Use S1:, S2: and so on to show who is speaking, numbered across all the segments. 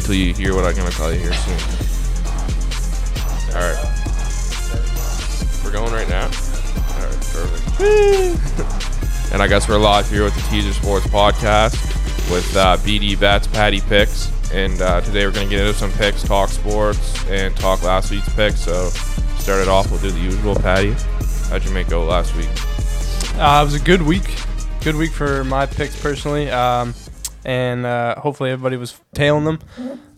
S1: till you hear what I'm gonna call you here soon. All right, we're going right now. All right, perfect. and I guess we're live here with the Teaser Sports Podcast with uh, BD Bets, Patty Picks, and uh, today we're gonna get into some picks, talk sports, and talk last week's picks. So, start it off. We'll do the usual, Patty. How'd you make go last week?
S2: Uh, it was a good week. Good week for my picks personally. Um, and uh, hopefully everybody was tailing them.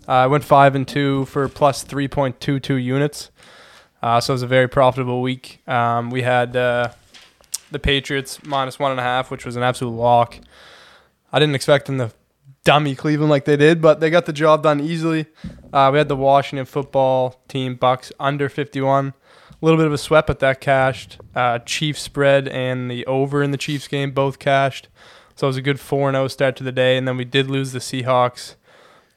S2: Uh, I went 5 and 2 for plus 3.22 units. Uh, so it was a very profitable week. Um, we had uh, the Patriots minus 1.5, which was an absolute lock. I didn't expect them to dummy Cleveland like they did, but they got the job done easily. Uh, we had the Washington football team Bucks under 51. A little bit of a sweat, but that cashed. Uh, Chiefs spread and the over in the Chiefs game both cashed. So it was a good 4 0 start to the day. And then we did lose the Seahawks.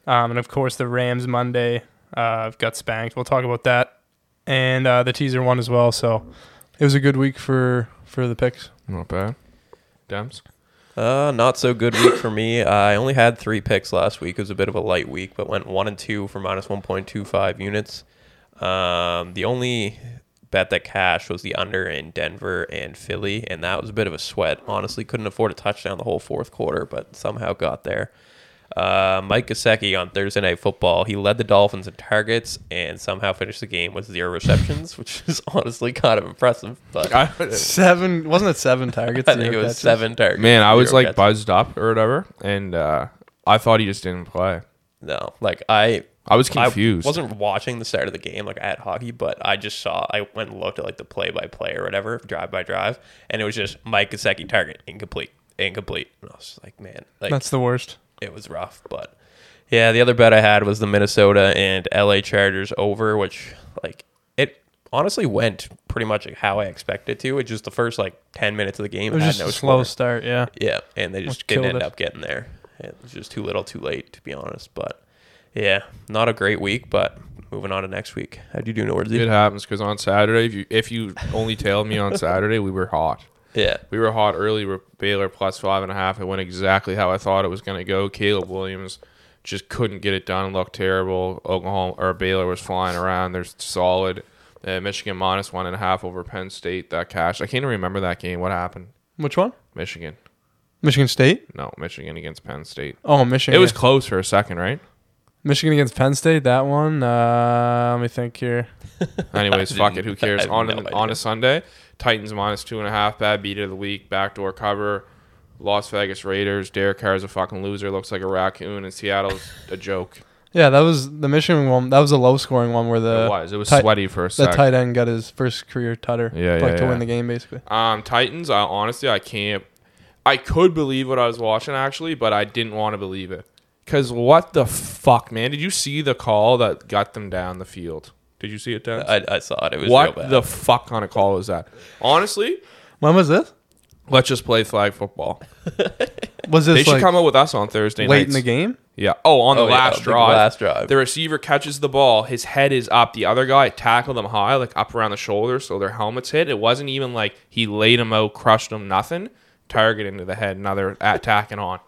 S2: Um, and of course, the Rams Monday uh, got spanked. We'll talk about that. And uh, the teaser won as well. So it was a good week for, for the picks.
S1: Not bad. Dems.
S3: Uh, not so good week for me. I only had three picks last week. It was a bit of a light week, but went one and two for minus one point two five units. Um, the only bet that cashed was the under in Denver and Philly, and that was a bit of a sweat. Honestly, couldn't afford a touchdown the whole fourth quarter, but somehow got there. Uh, Mike Gesicki on Thursday Night Football, he led the Dolphins in targets and somehow finished the game with zero receptions, which is honestly kind of impressive. But I
S2: Seven, wasn't it seven targets?
S3: think it was seven targets.
S1: Man, I was
S3: zero
S1: like
S3: catches.
S1: buzzed up or whatever, and uh, I thought he just didn't play.
S3: No, like I,
S1: I was
S3: I
S1: confused.
S3: wasn't watching the start of the game like at hockey, but I just saw. I went and looked at like the play by play or whatever, drive by drive, and it was just Mike Gesicki target incomplete, incomplete. And I was just like, man, like
S2: That's the worst.
S3: it was rough, but yeah. The other bet I had was the Minnesota and LA Chargers over, which like it honestly went pretty much how I expected it to. It just the first like ten minutes of the game
S2: It was
S3: had
S2: just
S3: no
S2: a slow
S3: score.
S2: start, yeah.
S3: Yeah, and they just
S2: Which killed
S3: didn't end
S2: us.
S3: up getting there. It was just too little, too late, to be honest. But yeah, not a great week. But moving on to next week, how'd you do,
S1: it
S3: Nordsy?
S1: happens because on Saturday, if you if you only tailed me on Saturday, we were hot.
S3: Yeah,
S1: We were hot early. We're Baylor plus five and a half. It went exactly how I thought it was going to go. Caleb Williams just couldn't get it done. Looked terrible. Oklahoma or Baylor was flying around. They're solid. Uh, Michigan minus one and a half over Penn State. That cash. I can't even remember that game. What happened?
S2: Which one?
S1: Michigan.
S2: Michigan State?
S1: No, Michigan against Penn State.
S2: Oh, Michigan.
S1: It was close for a second, right?
S2: Michigan against Penn State. That one. Uh, let me think here.
S1: Anyways,
S3: I
S1: fuck it.
S3: didn't-
S1: Who
S3: I
S1: cares?
S3: have
S1: On
S3: no
S1: an-
S3: idea.
S1: on a Sunday, Titans minus two and a half. Bad beat of the week. Backdoor cover. Las Vegas Raiders. Derek Carr is a fucking loser. Looks like a raccoon. And Seattle's a joke.
S2: Yeah, that was the Michigan one. That was a low scoring one where the
S1: it was. It was
S2: Ti-
S1: sweaty for a
S2: the
S1: second.
S2: tight end got his first career tutter.
S1: Yeah,
S2: like
S1: yeah,
S2: to
S1: yeah.
S2: win the game basically.
S1: um, Titans. I honestly, I can't. I could believe what I was watching actually, but I didn't want to believe it. Cause what the fuck, man? Did you see the call that got them down the field? Did you see it, Dennis?
S3: I, I saw Uh, it. It was real
S1: what
S3: bad.
S1: the fuck kind of call is that? Honestly,
S2: When was this?
S1: let's just play flag football.
S2: Was this
S1: They should
S2: like
S1: come up with us on Thursday
S2: late in
S1: nights.
S2: the game?
S1: Yeah. Oh, on the
S3: Oh, yeah,
S1: last
S3: the
S1: drive.
S3: last drive.
S1: The receiver catches the ball. His head is up. The other guy tackled him high, like up around the shoulder, so their helmets hit. It wasn't even like he laid him out, crushed him, nothing. Target into the head. Now they're attacking on.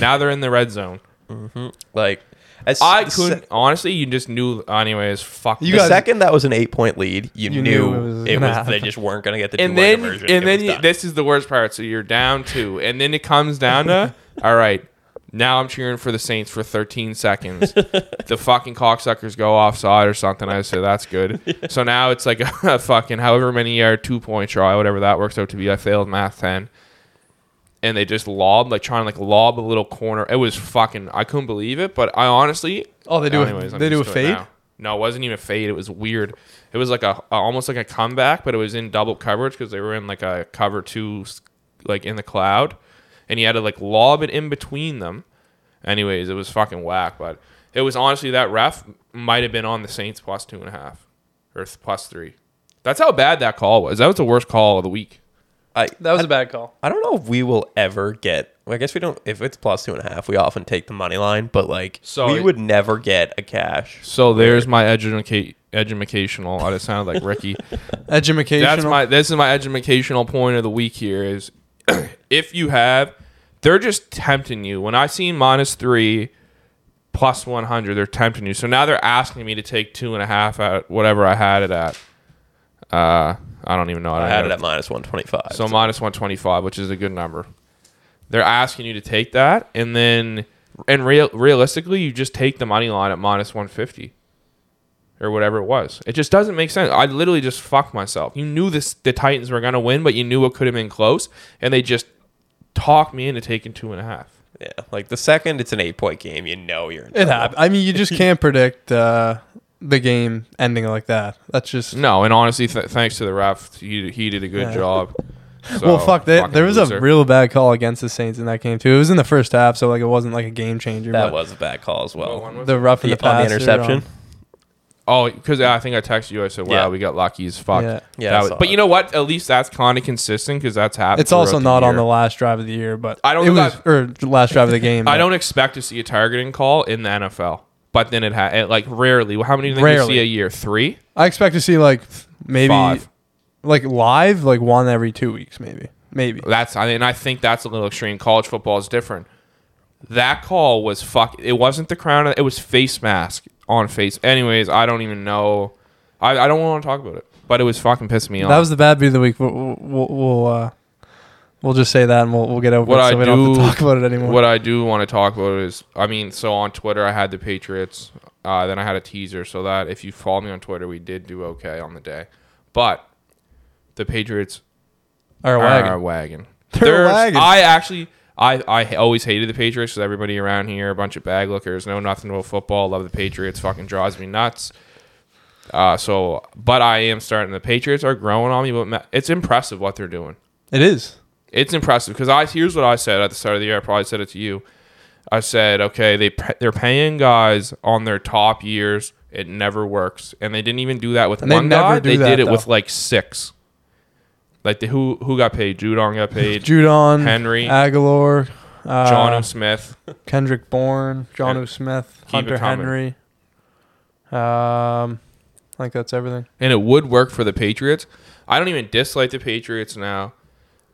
S1: Now they're in the red zone.
S3: like as,
S1: I
S3: the
S1: couldn't honestly. You just knew. Anyways, fuck.
S2: You
S3: The
S1: this.
S2: guys-
S3: second that was an eight point lead, you,
S2: You
S3: knew, it was,
S2: gonna happen.
S3: they just weren't gonna get the two
S1: and then and
S3: conversion. It was
S1: then you,
S3: done.
S1: this is the worst part. So you're down two, and then it comes down to all right. Now I'm cheering for the Saints for 13 seconds. the fucking cocksuckers go offside or something. I say that's good. So now it's like a, fucking however many yard two point try, whatever that works out to be. I failed math ten, and they just lobbed like trying to like lob a little corner. It was fucking. I couldn't believe it, but I honestly
S2: Oh, they do.
S1: Anyways,
S2: a,
S1: I'm
S2: they do a
S1: just doing it
S2: fade.
S1: now. No, it wasn't even a fade. It was weird. It was like a a- almost like a comeback, but it was in double coverage because they were in like a cover two, s- like in the cloud, and you had to like lob it in between them. Anyways, it was fucking whack. But it was honestly that ref might have been on the Saints plus two and a half or th- plus three. That's how bad that call was. That was the worst call of the week.
S3: I,
S2: That was a bad call.
S3: I don't know if we will ever get. well, I guess we don't. If it's plus two and a half, we often take the money line, but like
S1: So
S3: we
S1: it-
S3: would never get a cash.
S1: So there's my educa- educational. I just sounded like Ricky.
S2: Educational.
S1: That's my this is my educational point of the week here is if you have they're just tempting you. When I seen minus three plus 100. They're tempting you. So now they're asking me to take two and a half at whatever I had it at. Uh, I don't even know.
S3: I
S1: don't
S3: had
S1: know.
S3: it at minus 125.
S1: So minus 125, which is a good number. They're asking you to take that, and then and real realistically, you just take the money line at minus 150 or whatever it was. It just doesn't make sense. I literally just fucked myself. You knew this the Titans were gonna win, but you knew it could have been close, and they just talked me into taking two and a half.
S3: yeah, like the second it's an eight point game, you know you're in
S2: It
S3: trouble.
S2: happened. I mean, you just can't predict uh, the game ending like that. That's just
S1: No, and honestly, th- thanks to the ref, he, he did a good
S2: Yeah.
S1: job. So,
S2: well, fuck that.
S1: fucking
S2: There was
S1: loser.
S2: a real bad call against the Saints in that game too. It was in the first half, so like it wasn't like a game changer.
S3: That
S2: but
S3: was a bad call as
S1: What
S3: well.
S1: one was it?
S2: the rough in the,
S3: The- on the
S2: pass, they were
S3: interception?
S1: Oh, because I think I texted you. I said, "Wow,
S3: Yeah.
S1: we got lucky as fuck."
S2: Yeah.
S3: Yeah,
S1: That
S3: I
S1: was-
S3: saw
S1: but you
S3: it.
S1: know what? At least that's kind of consistent because that's happened.
S2: It's also
S1: throughout
S2: not on
S1: year.
S2: the last drive of the year, but
S1: I don't
S2: It
S1: think
S2: was or the last drive of the game.
S1: I
S2: but
S1: don't expect to see a targeting call in the NFL, but then it, ha- it like rarely. How many do you think
S2: Rarely.
S1: you see a year? Three,
S2: I expect to see like maybe
S1: five.
S2: like live like one every two weeks, maybe maybe.
S1: That's I mean I think that's a little extreme. College football is different. That call was fuck. It wasn't the crown. It was face mask on face. Anyways, I don't even know. I, I don't want to talk about it, but it was fucking pissing me off.
S2: That was the bad beat of the week. We'll we'll, we'll, uh, we'll just say that and we'll we'll get over
S1: What
S2: it, so
S1: I
S2: we don't have to
S1: do-
S2: talk about it anymore.
S1: What I do want to talk about is, I mean, so on Twitter I had the Patriots, uh, then I had a teaser, so that if you follow me on Twitter, we did do okay on the day, but the Patriots
S2: Our
S1: are
S2: wagon.
S1: a wagon.
S2: They're a
S1: There's-
S2: wagon.
S1: I actually, I, I always hated the Patriots because everybody around here, a bunch of bag lookers, know nothing about football, love the Patriots, fucking drives me nuts. Uh, so, but I am starting. The Patriots are growing on me, but ma- it's impressive what they're doing.
S2: it is.
S1: It's impressive because I here's what I said at the start of the year. I probably said it to you. I said, okay, they pa- they're paying guys on their top years. It never works, and they didn't even do that with
S2: And they
S1: one
S2: never
S1: guy.
S2: do
S1: They
S2: that,
S1: did it
S2: though.
S1: with like six. Like the, who who got paid? Judon got paid.
S2: Judon,
S1: Henry.
S2: Aguilar, uh,
S1: John Smith.
S2: Kendrick Bourne, John
S1: Yeah.
S2: O. Smith,
S1: Keep it
S2: Hunter
S1: coming.
S2: Henry. Um, I think that's everything.
S1: and it would work for the Patriots. I don't even dislike the Patriots now,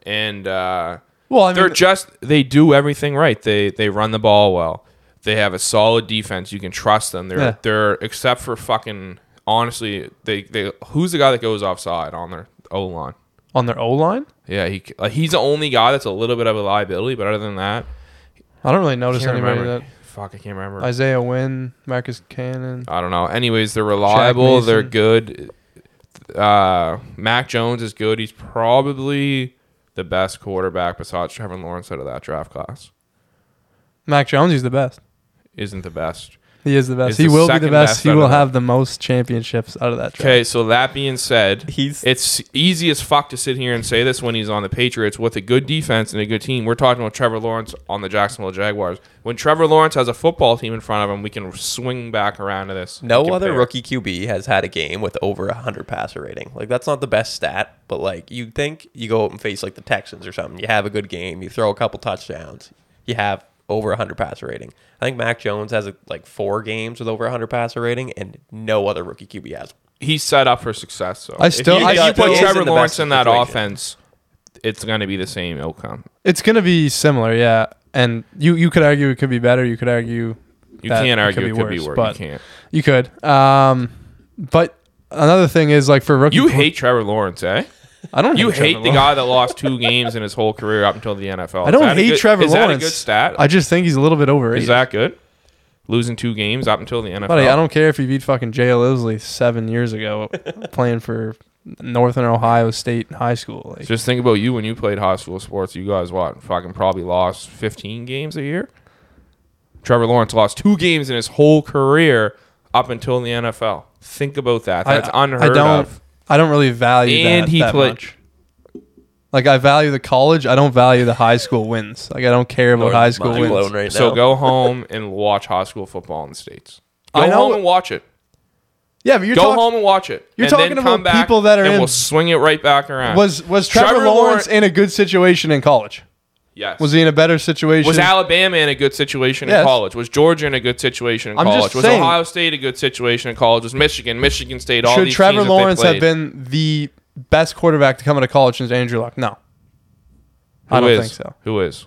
S1: and uh,
S2: Well, I
S1: they're
S2: mean,
S1: just they do everything right. They they run the ball well. They have a solid defense. You can trust them. They're
S2: Yeah.
S1: they're except for fucking honestly. They they who's the guy that goes offside on their O line?
S2: on their O line,
S1: Yeah, he like, he's the only guy that's a little bit of a liability. But other than that,
S2: I don't really
S1: I
S2: notice
S1: can't
S2: anybody
S1: remember.
S2: that
S1: Fuck, I can't remember.
S2: Isaiah Wynn, Marcus Cannon.
S1: I don't know. Anyways, they're reliable.
S2: Mason.
S1: They're good. Uh, Mac Jones is good. He's probably the best quarterback besides Trevor Lawrence out of that draft class.
S2: Mac Jones, he's the best.
S1: Isn't the best.
S2: He is the best.
S1: He's
S2: he
S1: the
S2: will be the
S1: second
S2: best.
S1: best
S2: He
S1: out of
S2: will
S1: that.
S2: have the most championships out of that draft.
S1: Okay, so that being said,
S3: He's
S1: it's easy as fuck to sit here and say this when he's on the Patriots with a good defense and a good team. We're talking about Trevor Lawrence on the Jacksonville Jaguars. When Trevor Lawrence has a football team in front of him, we can swing back around to this. and
S3: no other
S1: compare.
S3: rookie QB has had a game with over 100 passer rating. Like that's not the best stat, but like you'd think you go out and face like the Texans or something. You have a good game, you throw a couple touchdowns, you have over 100 passer rating. I think Mac Jones has like four games with over 100 passer rating, and no other rookie QB has.
S1: he's set up for success. So
S2: I still-
S1: if you,
S2: I
S1: if you
S2: still-
S1: put
S2: He's
S1: Trevor
S3: in the
S1: Lawrence
S3: best
S1: in that
S3: situation.
S1: offense, it's going to be the same outcome.
S2: It's gonna be similar, yeah. And you you could argue it could be better. You could argue
S1: You
S2: That
S1: can't
S2: it
S1: argue
S2: could
S1: it
S2: be
S1: could be
S2: worse,
S1: worse.
S2: but-
S1: you can't.
S2: you could. Um, but another thing is like for rookie.
S1: You hate Trevor Lawrence, eh?
S2: I don't.
S1: You
S2: Trevor
S1: hate the
S2: Lawrence.
S1: guy that lost two games in his whole career up until the NFL.
S2: I don't
S1: Is that a
S2: hate
S1: good-
S2: Trevor
S1: is
S2: Lawrence.
S1: that a good stat?
S2: I just think he's a little bit
S1: is
S2: overrated.
S1: that oh. good? Losing two games up until the NFL.
S2: Buddy, I don't care if you beat fucking Jay Isley seven years ago playing for Northern Ohio State in high school. Like,
S1: Just think about you when you played high school sports. You guys, what fucking probably lost fifteen games a year. Trevor Lawrence lost two games in his whole career up until the NFL. Think about that.
S2: I-
S1: That's unheard
S2: I don't.
S1: of.
S2: I don't really value
S1: And
S2: that,
S1: he
S2: that
S1: played-
S2: much. Like I value the college. I don't value the high school wins. Like I don't care about
S3: Lord,
S2: high school
S3: mind
S2: wins.
S3: blown right
S1: So
S3: now.
S1: go home and watch high school football in the states. Go
S2: I know-
S1: home and watch it.
S2: Yeah, but you're
S1: go
S2: talking.
S1: home and watch it.
S2: you're
S1: and then
S2: talking about
S1: come back
S2: people that are
S1: and
S2: in-
S1: We'll swing it right back around.
S2: Was was Trevor,
S1: Trevor
S2: Lawrence
S1: Lawrence-
S2: in a good situation in college?
S1: yes.
S2: Was he in a better situation?
S1: Was Alabama in a good situation
S2: Yes.
S1: in college? Was Georgia in a good situation in
S2: I'm just
S1: college? was
S2: saying-
S1: Ohio State a good situation in college? Was Michigan, Michigan State, all
S2: Should
S1: these
S2: Trevor
S1: teams that they
S2: Lawrence have
S1: played?
S2: been the best quarterback to come out of college since Andrew Luck? No, I
S1: Who
S2: don't
S1: is?
S2: think so.
S1: Who is?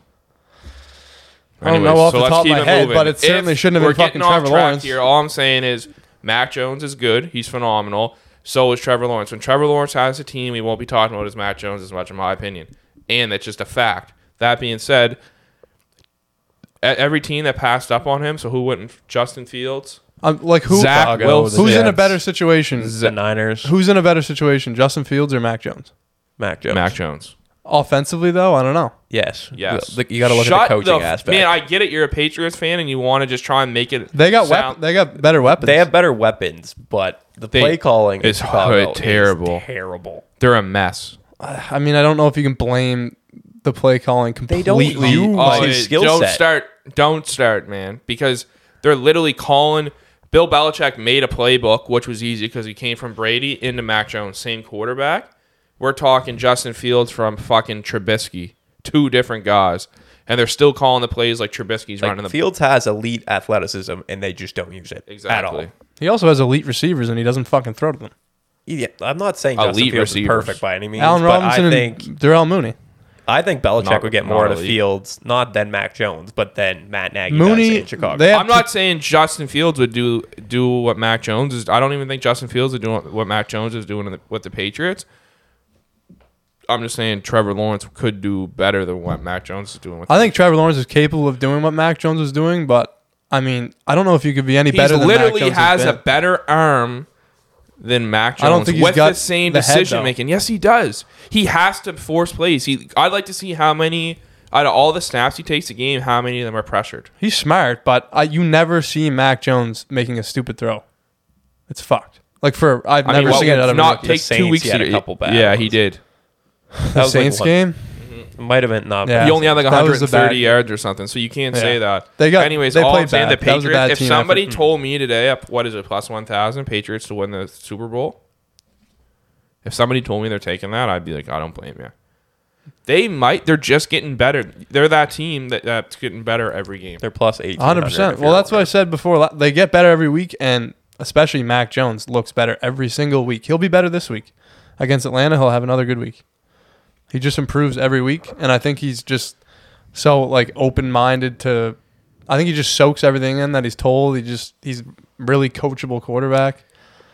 S2: I don't know off the top of my head, but it
S1: If
S2: certainly shouldn't have
S1: we're
S2: been fucking
S1: getting off
S2: Trevor
S1: track
S2: Lawrence.
S1: Here, all I'm saying is Mac Jones is good. He's phenomenal. So is Trevor Lawrence. When Trevor Lawrence has a team, we won't be talking about as Mac Jones as much, in my opinion. And that's just a fact. That being said, e- every team that passed up on him, so who wouldn't? Justin Fields.
S2: Um, like who?
S1: Zach
S2: Chicago,
S1: Wilson.
S2: Who's in a
S3: Jets.
S2: better situation?
S3: The Niners,
S2: Who's in a better situation, Justin Fields or Mac Jones?
S3: Mac Jones.
S1: Mac Jones.
S2: Offensively, though, I don't know.
S3: Yes.
S1: Yes.
S3: The- you got to look
S1: Shut
S3: at the coaching
S1: f-
S3: aspect.
S1: Man, I get it. You're a Patriots fan and you want to just try and make it.
S2: They got
S1: sound-
S2: wep- They got better weapons.
S3: they have better weapons, but the
S1: They-
S3: play calling in
S1: it's
S3: Chicago is
S1: terrible.
S3: terrible.
S1: They're a mess.
S2: I mean, I don't know if you can blame the play calling
S3: They
S2: completely.
S3: don't
S2: You-
S1: Oh,
S3: use- Like,
S1: it-
S3: skill
S1: don't
S3: set.
S1: start. Don't start, man, because they're literally calling. Bill Belichick made a playbook, which was easy because he came from Brady into Mac Jones, same quarterback. We're talking Justin Fields from fucking Trubisky, two different guys, and they're still calling the plays like Trubisky's
S3: Like,
S1: running the
S3: Fields has elite athleticism, and they just don't use it at
S1: exactly.
S3: all.
S2: He also has elite receivers, and he doesn't fucking throw to them.
S3: Yeah, I'm not saying Justin
S1: Elite
S3: Fields
S1: receivers.
S3: is perfect by any means,
S2: Allen
S3: but
S2: Robinson
S3: I think
S2: and Darrell Mooney.
S3: I think Belichick
S1: Not-
S3: would get
S1: not
S3: more out of
S1: elite.
S3: Fields, not than Mac Jones, but then Matt Nagy
S2: Mooney,
S3: does in Chicago.
S2: they have-
S1: I'm not saying Justin Fields would do do what Mac Jones is. I don't even think Justin Fields is doing what Mac Jones is doing in the- with the Patriots. I'm just saying Trevor Lawrence could do better than what Mac Jones is doing with.
S2: I think Trevor Lawrence is capable of doing what Mac Jones was doing, but I mean, I don't know if you could be any
S1: He
S2: better. than Mac
S1: literally
S2: Jones
S1: has a
S2: been.
S1: better arm than Mac Jones
S2: I don't think he's
S1: with
S2: got
S1: the same
S2: the head,
S1: decision
S2: though.
S1: making. Yes, he does. He has to force plays. He. I'd like to see how many out of all the snaps he takes a game, how many of them are pressured.
S2: He's smart, but I, you never see Mac Jones making a stupid throw. It's fucked. Like for I've
S1: I
S2: never
S1: mean, what
S2: seen it out
S1: would
S2: of
S1: not
S2: not
S1: take two
S3: Saints,
S1: weeks
S3: he had
S1: to
S3: a couple bad
S1: Yeah,
S3: ones.
S1: he did.
S3: That
S2: the
S3: was like
S2: Saints
S3: one-
S2: game.
S3: might have been not.
S2: Yeah.
S1: You only had like
S2: That was a
S1: 130
S2: bad-
S1: yards or something, so you can't say
S2: Yeah.
S1: that.
S2: They got-
S1: Anyways,
S2: they
S1: all
S2: played
S1: I'm saying the
S2: bad. That was a
S1: Patriots.
S2: bad
S1: If
S2: team
S1: somebody
S2: effort. Hmm.
S1: told me today, up what is it, plus 1,000 Patriots to win the Super Bowl? If somebody told me they're taking that, I'd be like, I don't blame you. They might. They're just getting better. They're that team that, that's getting better every game.
S3: They're plus 18.
S2: 100. percent Well, that's what I said before. La- They get better every week, and especially Mac Jones looks better every single week. He'll be better this week against Atlanta. He'll have another good week. He just improves every week, and I think he's just so like open minded to. I think he just soaks everything in that he's told. He just he's really coachable quarterback.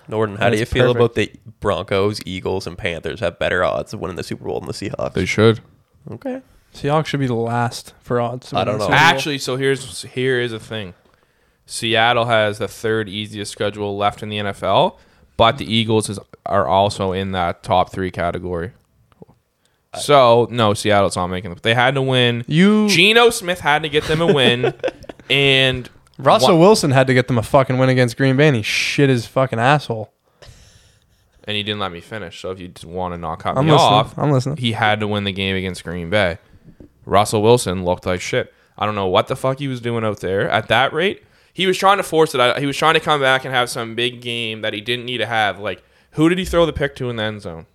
S3: Norton, how do
S2: That's
S3: you feel
S2: perfect.
S3: about the Broncos, Eagles, and Panthers have better odds of winning the Super Bowl than the Seahawks?
S1: should.
S3: okay.
S2: Seahawks should be the last for odds. to
S3: I
S2: win
S3: don't
S2: the
S3: know.
S2: Super Bowl.
S1: Actually, so here's here is a thing. Seattle has the third easiest schedule left in the NFL, but the Eagles is, are also in that top three category. So no, Seattle's not making them. They had to win.
S2: you
S1: Geno Smith had to get them a win, and
S2: Russell
S1: wa-
S2: Wilson had to get them a fucking win against Green Bay, and he shit his fucking asshole.
S1: and he didn't let me finish. So if you just want to not cut
S2: I'm
S1: me
S2: listening.
S1: off,
S2: I'm listening.
S1: he had to win the game against Green Bay. Russell Wilson looked like shit. I don't know what the fuck he was doing out there at that rate. He was trying to force it. out. He was trying to come back and have some big game that he didn't need to have. Like, who did he throw the pick to in the end zone?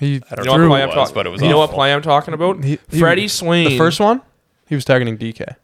S2: He
S3: I don't
S1: You know what
S2: threw-
S3: Who
S1: play I'm
S3: was,
S1: talking?
S3: but it was
S1: You know what
S3: awful.
S1: play I'm talking about?
S2: He- he-
S1: Freddie Swain.
S2: The first one, he was targeting DK.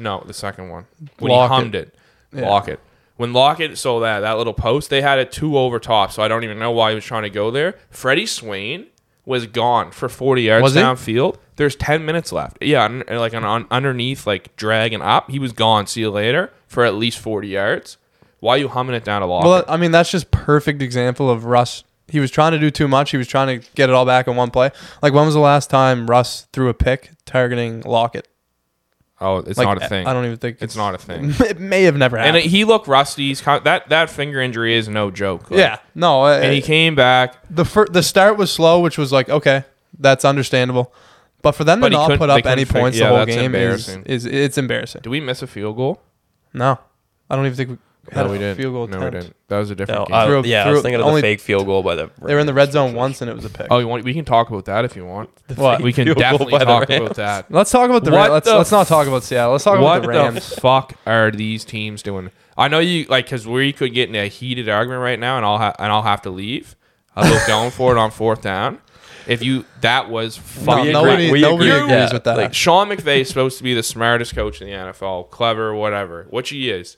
S1: No, the second one. When
S2: Lockett.
S1: he hummed it.
S2: Yeah.
S1: Lockett. When Lockett saw that, that little post, they had it two over top, so I don't even know why he was trying to go there. Freddie Swain was gone for 40 yards
S2: Was he?
S1: downfield. There's 10 minutes left. Yeah, un- like an un- underneath, like dragging up. He was gone. See you later for at least 40 yards. Why you humming it down to Lockett?
S2: Well, I mean that's just perfect example of Russ. He was trying to do too much. He was trying to get it all back in one play. Like when was the last time Russ threw a pick targeting Lockett?
S1: oh, it's
S2: Like
S1: not a thing.
S2: I don't even think
S1: it's not a thing.
S2: It may have never
S1: and
S2: happened.
S1: he looked rusty. He's kind that that finger injury is no joke. Like,
S2: yeah, no. uh,
S1: And he came back.
S2: the fir- the start was slow, which was like okay, that's understandable. But for them
S1: But
S2: to
S1: he
S2: not
S1: couldn't-
S2: put
S1: they
S2: up any
S1: couldn't fig-
S2: points
S1: yeah,
S2: the whole
S1: that's
S2: game is,
S1: embarrassing.
S2: is it's embarrassing.
S1: Do we miss a field goal?
S2: No, I don't even think we had
S1: No,
S2: a
S1: we didn't.
S2: field goal
S1: no,
S2: attempt.
S1: we didn't. That was a different
S3: No,
S1: game.
S3: I,
S2: Threw-
S3: yeah, I
S2: threw-
S3: was thinking of
S2: only-
S3: the fake field goal by the.
S2: They were in the red zone once, and it was a pick.
S1: Oh, you want, we can talk about that if you want.
S2: What?
S1: We can
S3: Field goal
S1: definitely
S3: by the
S1: talk
S3: Rams.
S1: about that.
S2: Let's talk about the
S1: What
S2: Rams. Let's,
S1: the
S2: let's not talk about Seattle. Let's talk
S1: What
S2: about the Rams.
S1: the fuck are these teams doing? I know you like because we could get in a heated argument right now, and I'll ha- and I'll have to leave. I was going for it on fourth down. If you that was fucking
S2: nobody-
S1: great.
S2: we nobody agrees with that.
S3: Like,
S1: Sean McVay is supposed to be the smartest coach in the NFL, clever, whatever, which he is.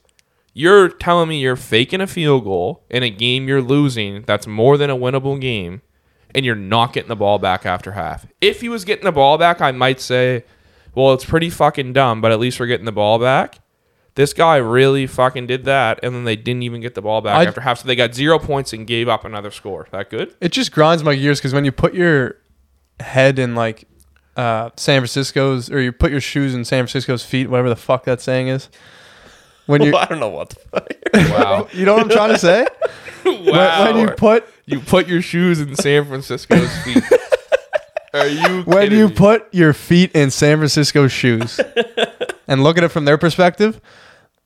S1: You're telling me you're faking a field goal in a game you're losing that's more than a winnable game, and you're not getting the ball back after half. If he was getting the ball back, I might say, well, it's pretty fucking dumb, but at least we're getting the ball back. This guy really fucking did that, and then they didn't even get the ball back
S2: I-
S1: after half. So they got zero points and gave up another score. That good?
S2: It just grinds my gears because when you put your head in like uh, San Francisco's, or you put your shoes in San Francisco's feet, whatever the fuck that saying is. When you,
S3: I don't know what the fuck.
S1: Wow.
S2: you know what I'm trying to say? When-
S1: wow.
S2: When, you put
S1: You put your shoes in San Francisco's feet. Are you
S2: when
S1: kidding
S2: you
S1: me?
S2: put your feet in San Francisco's shoes, and look at it from their perspective,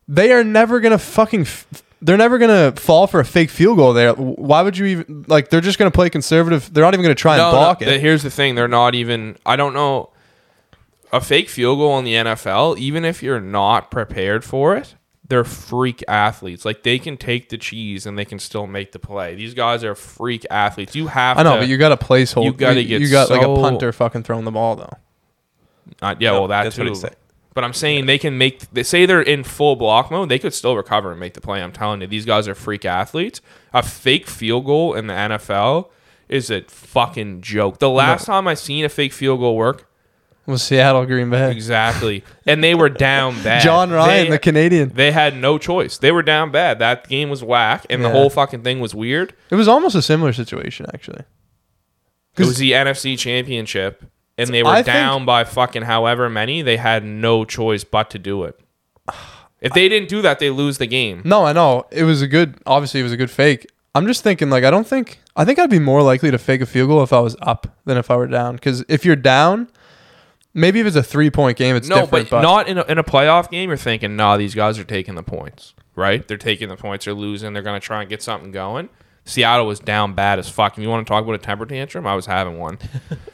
S2: they are never gonna fucking. F- they're never gonna fall for a fake field goal there. Why would you even like? They're just gonna play conservative. They're not even gonna try and block
S1: the-
S2: it.
S1: here's the thing: they're not even. I don't know. A fake field goal in the NFL, even if you're not prepared for it, they're freak athletes. Like they can take the cheese and they can still make the play. These guys are freak athletes. You have.
S2: I know,
S1: to,
S2: but you got a placeholder.
S1: you gotta get
S2: You got like a
S1: so-
S2: punter fucking throwing the ball though.
S1: Uh, yeah,
S3: No,
S1: well, that
S3: that's
S1: too.
S3: what he's saying.
S1: But I'm saying they can make. They say they're in full block mode. They could still recover and make the play. I'm telling you, these guys are freak athletes. A fake field goal in the NFL is a fucking joke. The last time I seen a fake field goal work,
S2: Was Seattle Green Bay?
S1: exactly, and they were down bad.
S2: John Ryan,
S1: They-
S2: the Canadian.
S1: They had no choice. They were down bad. That game was whack, and the
S2: Yeah.
S1: whole fucking thing was weird.
S2: It was almost a similar situation actually.
S1: It
S2: 'Cause-
S1: was the NFC Championship, and they were
S2: I think-
S1: down by fucking however many. They had no choice but to do it. If they didn't do that, they lose the game.
S2: No, I know it was a good. Obviously, it was a good fake. I'm just thinking like I don't think I think I'd be more likely to fake a field goal if I was up than if I were down. Because if you're down, maybe if it's a three point game, it's
S1: No,
S2: different.
S1: but,
S2: But,
S1: not in a, in a playoff game. You're thinking, nah, these guys are taking the points, right? They're taking the points. They're losing. They're going to try and get something going. Seattle was down bad as fuck. And you want to talk about a temper tantrum? I was having one.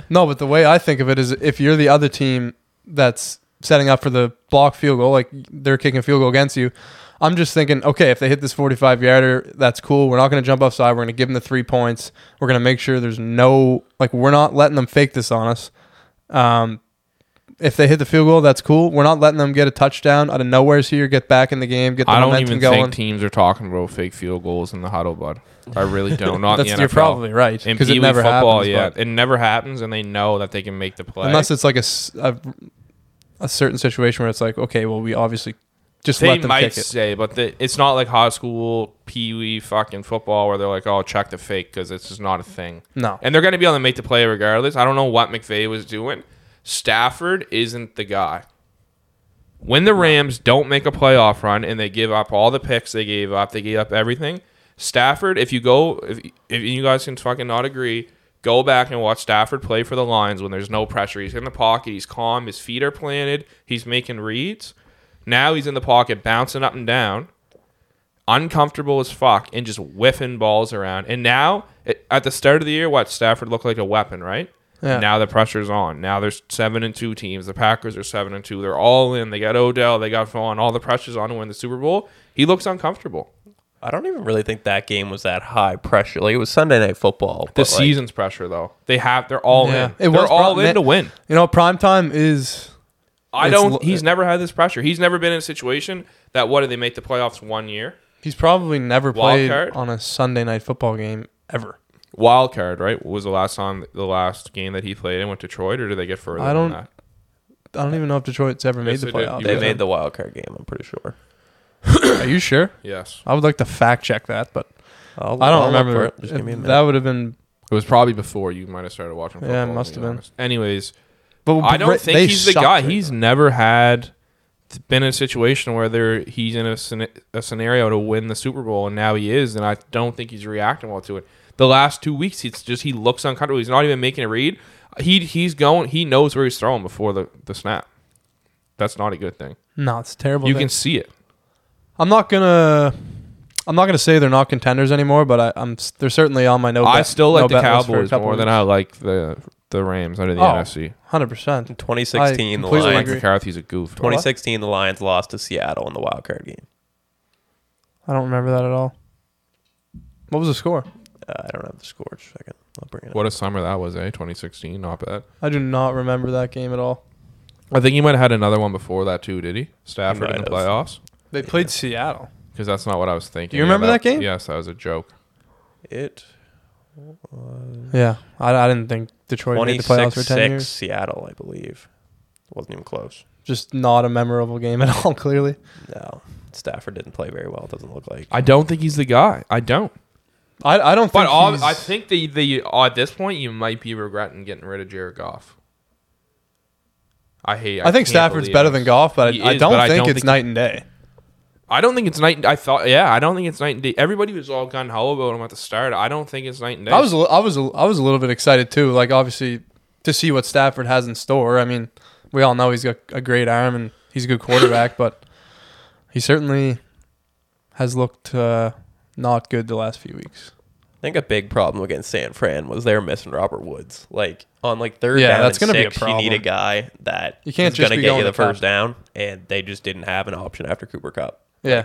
S2: no, but the way I think of it is if you're the other team that's setting up for the block field goal, like they're kicking a field goal against you. I'm just thinking, okay, if they hit this 45 yarder, that's cool. We're not going to jump offside. We're going to give them the three points. We're going to make sure there's no like we're not letting them fake this on us. Um, if they hit the field goal, that's cool. We're not letting them get a touchdown out of nowhere's here, get back in the game, get the
S1: I don't
S2: momentum
S1: even
S2: going.
S1: think teams are talking about fake field goals in the huddle, bud. I really don't. Not in
S2: that's
S1: the NFL.
S2: you're probably right
S1: In
S2: because it
S1: Pee Wee
S2: never
S1: football,
S2: happens.
S1: yeah,
S2: but
S1: it never happens, and they know that they can make the play.
S2: unless it's like a, s- a- a certain situation where it's like, okay, well, we obviously just
S1: they
S2: let them
S1: might
S2: kick it.
S1: say, but the, it's not like high school Pee Wee fucking football where they're like, "Oh, check the fake," because it's just not a thing.
S2: No,
S1: And they're going to be able to make the play regardless. I don't know what McVay was doing. Stafford isn't the guy. When the Rams don't make a playoff run and they give up all the picks they gave up, they gave up everything. Stafford, if you go, if, if you guys can fucking not agree, go back and watch Stafford play for the Lions when there's no pressure. He's in the pocket, he's calm, his feet are planted, he's making reads. Now he's in the pocket, bouncing up and down uncomfortable as fuck and just whiffing balls around. And now, it, at the start of the year, what Stafford looked like a weapon, right?
S2: Yeah.
S1: Now the pressure's on. Now there's seven and two teams. The Packers are seven and two. They're all in. They got Odell. They got Vaughn. All the pressure's on to win the Super Bowl. He looks uncomfortable.
S3: I don't even really think that game was that high pressure. Like it was Sunday night football.
S1: The
S3: but, like,
S1: season's pressure, though. They have. They're all
S2: Yeah.
S1: in.
S2: It
S1: they're
S2: was
S1: all
S2: pro-
S1: in to win.
S2: you know, prime time is
S1: I
S2: It's
S1: don't.
S2: lo-
S1: he's never had this pressure. He's never been in a situation that what did they make the playoffs one year?
S2: he's probably never
S1: Wild
S2: played
S1: card?
S2: on a Sunday night football game ever.
S1: Wild card, right? Was the last time the last game that he played in went to Detroit, or did they get further?
S2: I
S1: than
S2: don't-
S1: that?
S2: I don't even know if Detroit's ever
S1: Yes,
S2: made the
S1: they did.
S2: playoffs.
S3: They
S1: Yeah.
S3: made the wild card game. I'm pretty sure.
S2: Are you sure?
S1: Yes.
S2: I would like to fact check that, but
S3: I'll,
S2: I don't
S3: I'll look for
S2: remember.
S3: it. Just give me a minute.
S2: that would have been.
S1: It was probably before you might have started watching football.
S2: Yeah, it
S1: to
S2: must
S1: be
S2: have been.
S1: honest. Anyways,
S2: But
S1: I
S2: but
S1: don't think
S2: they
S1: he's the
S2: sucked
S1: guy.
S2: right
S1: He's
S2: now.
S1: never had been in a situation where there he's in a, scen- a scenario to win the Super Bowl, and now he is, and I don't think he's reacting well to it. The last two weeks, it's just he looks uncomfortable. He's not even making a read. He he's going. He knows where he's throwing before the, the snap. That's not a good thing.
S2: no, it's a terrible.
S1: you
S2: thing.
S1: can see it.
S2: I'm not gonna. I'm not gonna say they're not contenders anymore, but I, I'm. s- They're certainly on my no.
S1: I
S2: bet-
S1: still
S2: no
S1: like the
S2: bet list for a
S1: Cowboys
S2: couple
S1: more than
S2: weeks.
S1: I like the the Rams under the
S2: Oh.
S1: NFC.
S2: 100%.
S3: In 2016, the
S2: completely
S1: Mike
S3: Lions.
S2: agree.
S1: McCarthy's a goof.
S3: 2016, the Lions lost to Seattle in the wild card game.
S2: I don't remember that at all. What was the score?
S3: Uh, I don't have the score. Just a second. I'll bring it. Up.
S1: What a summer that was, eh? 2016, not bad.
S2: I do not remember that game at all.
S1: I think he might have had another one before that too, did he? Stafford
S3: He
S1: in the
S3: might have.
S1: playoffs,
S2: They played Seattle.
S1: because that's not what I was thinking.
S2: You remember that game?
S1: Yes, that was a joke.
S3: It
S2: Yeah, I, I didn't think Detroit made the playoffs for 10
S3: 26
S2: years.
S3: Seattle, I believe. Wasn't even close.
S2: Just not a memorable game at all. Clearly,
S3: No, Stafford didn't play very well. It doesn't look like.
S1: I don't think he's the guy. I don't.
S2: I, I don't
S1: But
S2: think.
S1: all,
S2: he's-
S1: I think the the at this point you might be regretting getting rid of Jared Goff. I hate.
S2: I, think
S1: can't
S2: Stafford's
S1: believe
S2: better
S1: it.
S2: than golf, but
S1: He
S2: I, I
S1: is,
S2: don't
S1: but
S2: think it's night and day.
S1: I don't think it's night. and I thought, yeah, I don't think it's night and day. Everybody was all gun ho about him at the start. I don't think it's night and day.
S2: I was a li- I was a- I was a little bit excited too. Like obviously to see what Stafford has in store. I mean, we all know he's got a great arm and he's a good quarterback, but he certainly has looked uh, not good the last few weeks.
S3: I think a big problem against San Fran was they're missing Robert Woods. Like on like third
S2: Yeah,
S3: down
S2: that's
S3: and
S2: gonna be a
S3: six, You need a
S2: problem.
S3: guy that
S2: You can't
S3: is
S2: just
S3: gonna
S2: be
S3: get
S2: going
S3: you the
S2: to top.
S3: first down, and they just didn't have an option after Cooper Cup.
S2: Yeah,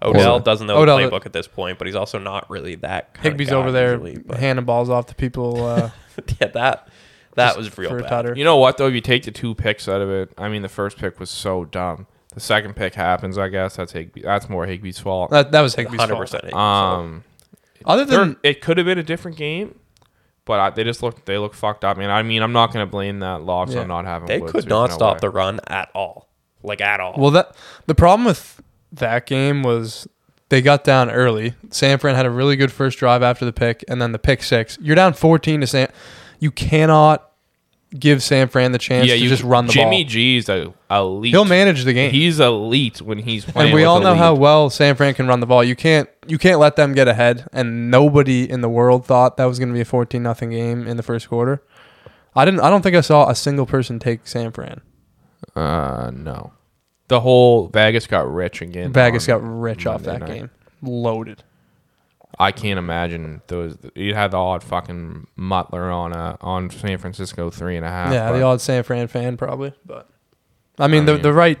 S3: Odell
S1: Well,
S3: doesn't know
S2: Odell-
S3: the playbook at this point, but he's also not really that. Kind
S2: Higby's
S3: of guy
S2: over there
S3: usually, but-
S2: handing balls off to people. Uh,
S3: yeah, that that
S2: just
S3: was real
S2: for a
S3: bad.
S2: tutter.
S1: You know what though? If you take the two picks out of it, I mean, the first pick was so dumb. The second pick happens. I guess that's Higby. That's more Higby's fault.
S2: that that was Higby's
S3: Hundred
S2: fault.
S3: percent.
S1: Um,
S2: Other
S1: there-
S2: than
S1: it could have been a different game, but I, they just look they look fucked up. And I mean, I'm not gonna blame that loss
S2: Yeah.
S1: on not having.
S3: they
S1: Woods.
S3: could
S1: There's
S3: not
S1: no
S3: stop
S1: way.
S3: the run at all, like at all.
S2: well, that the problem with that game was they got down early. San Fran had a really good first drive after the pick, and then the pick six. You're down 14 to San. You cannot give San Fran the chance
S1: Yeah,
S2: to
S1: you
S2: just run the
S1: Jimmy
S2: ball.
S1: G's a elite.
S2: He'll manage the game,
S1: He's elite when he's playing.
S2: and we
S1: with
S2: all know
S1: elite.
S2: how well San Fran can run the ball. You can't you can't let them get ahead, and nobody in the world thought that was going to be a 14 nothing game in the first quarter. I didn't. I don't think I saw a single person take San Fran.
S1: Uh, no. The whole Vegas got rich again.
S2: Vegas
S1: on-
S2: got rich off
S1: Monday
S2: that
S1: night.
S2: game. Loaded.
S1: I can't imagine those. You'd have the odd fucking muttler on uh, on San Francisco three and a half.
S2: yeah,
S1: but
S2: the odd San Fran fan probably, but I mean
S1: I
S2: the
S1: mean-
S2: the right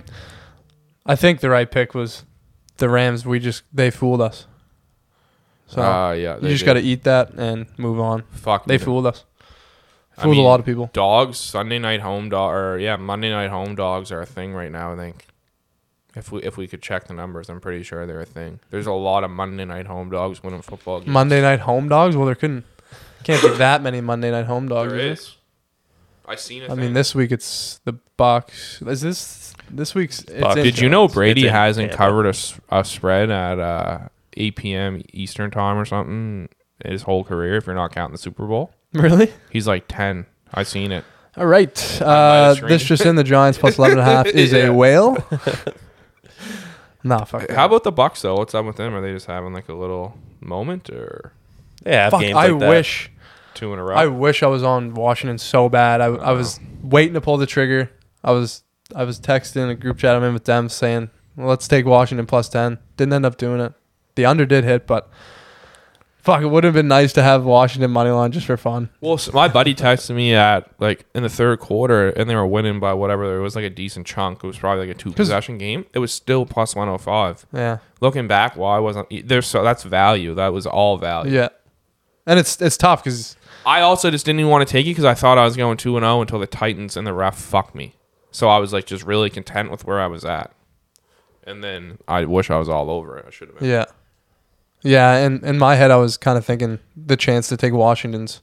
S2: I think the right pick was the Rams. We just they fooled us. So
S1: uh, yeah,
S2: you just got to eat that and move on.
S1: fuck.
S2: They
S1: me.
S2: fooled us.
S1: I
S2: Fooled
S1: mean,
S2: a lot of people.
S1: dogs. Sunday night home dog or yeah, Monday night home dogs are a thing right now. I think if we if we could check the numbers, I'm pretty sure they're a thing. There's a lot of Monday night home dogs winning football games.
S2: Monday night home dogs. Well, there couldn't can't be that many Monday night home dogs.
S1: there
S2: is
S1: is. I seen it.
S2: there? I mean, this week it's the Bucks. Is this this week's? It's
S3: Bucks.
S2: in-
S1: Did you know Brady
S3: in
S1: hasn't
S3: Tampa.
S1: covered a, s- a spread at uh, 8 p.m. Eastern time or something his whole career? If you're not counting the Super Bowl,
S2: really?
S1: he's like 10. I seen it.
S2: All right. Uh,
S1: screen.
S2: this just in the Giants plus 11 and a half is
S1: Yeah.
S2: a whale. nah, fuck.
S1: How
S2: that.
S1: about the Bucks though? What's up with them? Are they just having like a little moment or
S3: they have
S2: Fuck,
S3: games
S2: I
S3: like that.
S2: wish
S1: two in a row?
S2: I wish I was on Washington so bad. I, I was waiting to pull the trigger. I was I was texting a group chat I'm in with them saying, well, "Let's take Washington plus 10." Didn't end up doing it. The under did hit, but fuck, it would have been nice to have Washington money line just for fun.
S1: Well, so my buddy texted me at like in the third quarter, and they were winning by whatever. It was like a decent chunk. It was probably like a two possession game. It was still plus one hundred five.
S2: Yeah.
S1: Looking back, why wasn't there? So that's value. That was all value.
S2: Yeah. And it's it's tough cuz
S1: I also just didn't even want to take it because I thought I was going two and zero until the Titans and the ref fucked me. So I was like just really content with where I was at, and then I wish I was all over it. I should have been.
S2: Yeah. Yeah, and in my head I was kind of thinking the chance to take Washington's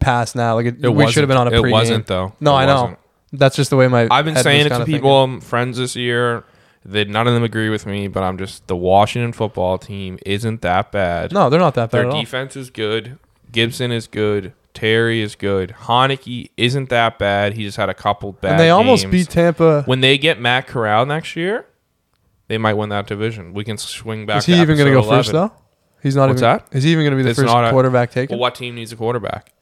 S2: pass now. Like it,
S1: It
S2: we should have been on a
S1: It
S2: pregame.
S1: wasn't though.
S2: No,
S1: It
S2: I know.
S1: wasn't.
S2: That's just the way my
S1: I've been
S2: head
S1: saying
S2: was
S1: it to
S2: kinda
S1: people, um, friends this year. That none of them agree with me, but I'm just the Washington football team isn't that bad.
S2: thinking. No, they're not that bad
S1: Their
S2: at all.
S1: defense is good. Gibson is good. Terry is good. Haneke isn't that bad. He just had a couple bad.
S2: And they almost
S1: games.
S2: beat Tampa.
S1: When they get Matt Corral next year, they might win that division. We can swing back.
S2: Is he even
S1: going to
S2: go
S1: episode
S2: first
S1: 11.
S2: though? He's not
S1: What's
S2: even.
S1: that?
S2: Is he even going to be the
S1: It's
S2: first
S1: not a-
S2: quarterback taken?
S1: Well, what team needs a quarterback?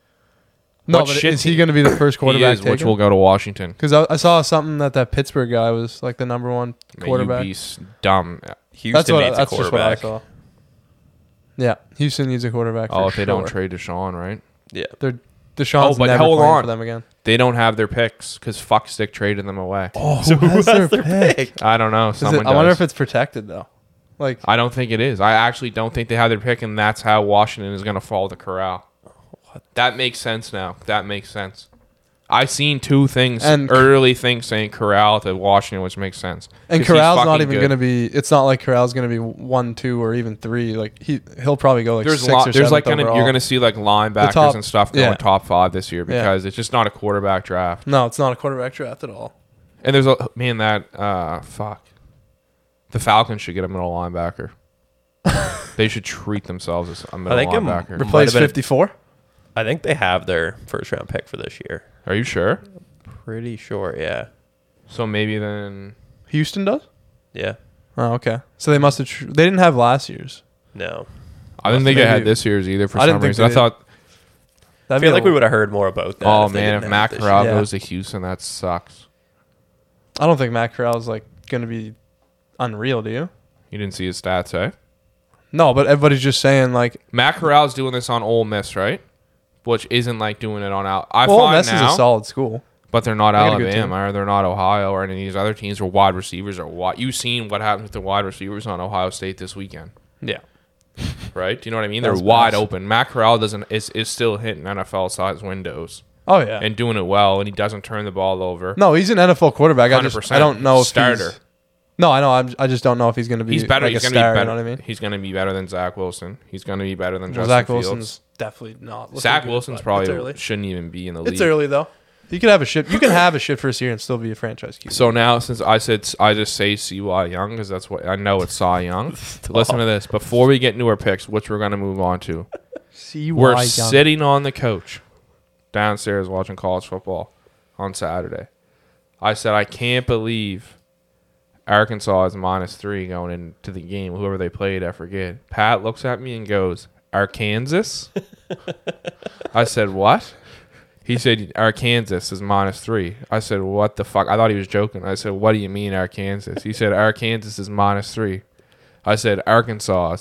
S2: no,
S1: what
S2: but
S1: shit
S2: is he
S1: team?
S2: going to be the first
S1: he
S2: quarterback
S1: is, which
S2: taken?
S1: will go to Washington.
S2: Because I, I saw something that that Pittsburgh guy was like the number one
S1: Man,
S2: quarterback.
S1: You beast, dumb.
S3: Houston
S2: that's what.
S3: needs
S2: That's
S3: a
S2: just what I
S3: quarterback.
S2: saw. Yeah, Houston needs a quarterback.
S1: Oh,
S2: for
S1: if they don't
S2: sure.
S1: trade Deshaun, right?
S3: Yeah,
S2: They're Deshaun's
S1: Oh, but
S2: never
S1: hold
S2: playing
S1: on.
S2: for them again.
S1: They don't have their picks because fuck stick traded them away.
S2: Oh, who has their pick? Is
S1: I don't know.
S2: it-
S1: Someone
S2: I wonder
S1: does. Uh,
S2: if it's protected though. Like
S1: I don't think it is. I actually don't think they have their pick, and that's how Washington is going to fall to Corral. That makes sense now. That makes sense. I seen two things,
S2: And-
S1: early things saying Corral to Washington, which makes sense. 'Cause
S2: and
S1: he's
S2: Corral's not
S1: fucking
S2: even
S1: good.
S2: going to be. It's not like Corral's going to be one, two, or even three. Like he he'll probably go like
S1: There's
S2: six
S1: lo-
S2: or
S1: there's like
S2: going
S1: gonna, you're going to see like linebackers
S2: top-
S1: and stuff going
S2: yeah.
S1: top five this year
S2: Yeah.
S1: because it's just not a quarterback draft.
S2: No, it's not a quarterback draft at all.
S1: And there's a me and that uh fuck. The Falcons should get a middle linebacker. they should treat themselves as a middle
S3: think I'm-
S1: linebacker.
S3: Might
S2: Plays
S3: have been-
S2: 54.
S3: I think they have their first round pick for this year.
S1: Are you sure?
S3: Pretty sure, yeah.
S1: So maybe then
S2: Houston does.
S3: Yeah.
S2: Oh, okay. So they must have. Tr- they didn't have last year's.
S3: No.
S1: I didn't think I
S2: Maybe-
S1: had this year's either for
S2: I
S1: some
S2: didn't think
S1: reason.
S2: they
S1: I
S2: did.
S1: thought,
S3: I
S2: That'd
S3: feel
S2: be a
S3: like we
S2: little-
S3: would have heard more about that.
S1: oh
S3: if they
S1: man,
S3: didn't
S1: if
S3: have
S1: Matt
S3: it this
S1: Corral
S2: year.
S1: goes to Houston, that sucks.
S2: I don't think Matt Corral is like going to be unreal. Do you?
S1: You didn't see his stats, eh?
S2: No, but everybody's just saying like
S1: Matt Corral's doing this on Ole Miss, right? Which isn't like doing it on out. I
S2: Ole
S1: find
S2: Miss
S1: now,
S2: is a solid school.
S1: but they're not
S2: They got a good
S1: Alabama or they're not Ohio or any of these other teams where wide receivers are wide. You've seen what happened with the wide receivers on Ohio State this weekend,
S2: Yeah.
S1: right? Do you know what I mean?
S2: That
S1: They're
S2: was
S1: wide
S2: badass.
S1: open. Matt Corral doesn't is, is still hitting NFL size windows
S2: Oh yeah.
S1: and doing it well, and he doesn't turn the ball over.
S2: no, he's an NFL quarterback. I just
S1: 100%.
S2: I don't know if
S1: Starter.
S2: he's- no, I know. I'm, I just don't know if he's going to be.
S1: He's better.
S2: Like
S1: he's
S2: a
S1: gonna
S2: star,
S1: be better.
S2: You know what I mean?
S1: He's gonna be better than Zach Wilson. He's gonna be better than
S2: Well,
S1: Justin
S2: Zach
S1: Fields.
S2: Wilson's definitely not. looking
S1: Zach
S2: good,
S1: Wilson's
S2: but
S1: probably
S2: It's early.
S1: shouldn't even be in the league.
S2: It's early though. You could have a shit. You can have a shit first year and still be a franchise QB.
S1: So now, since I said I just say CY Young because that's what I know it's Cy Young. Listen to this before we get into our picks, which we're gonna move on to.
S2: See
S1: We're sitting on the couch downstairs watching college football on Saturday. I said I can't believe Arkansas is minus three going into the game. Whoever they played, I forget. Pat looks at me and goes, "Arkansas." I said, "What?" He said, "Arkansas is minus three. I said, "What the fuck?" I thought he was joking. I said, "What do you mean, Arkansas?" He said, "Arkansas is minus three. I said, "Arkansas."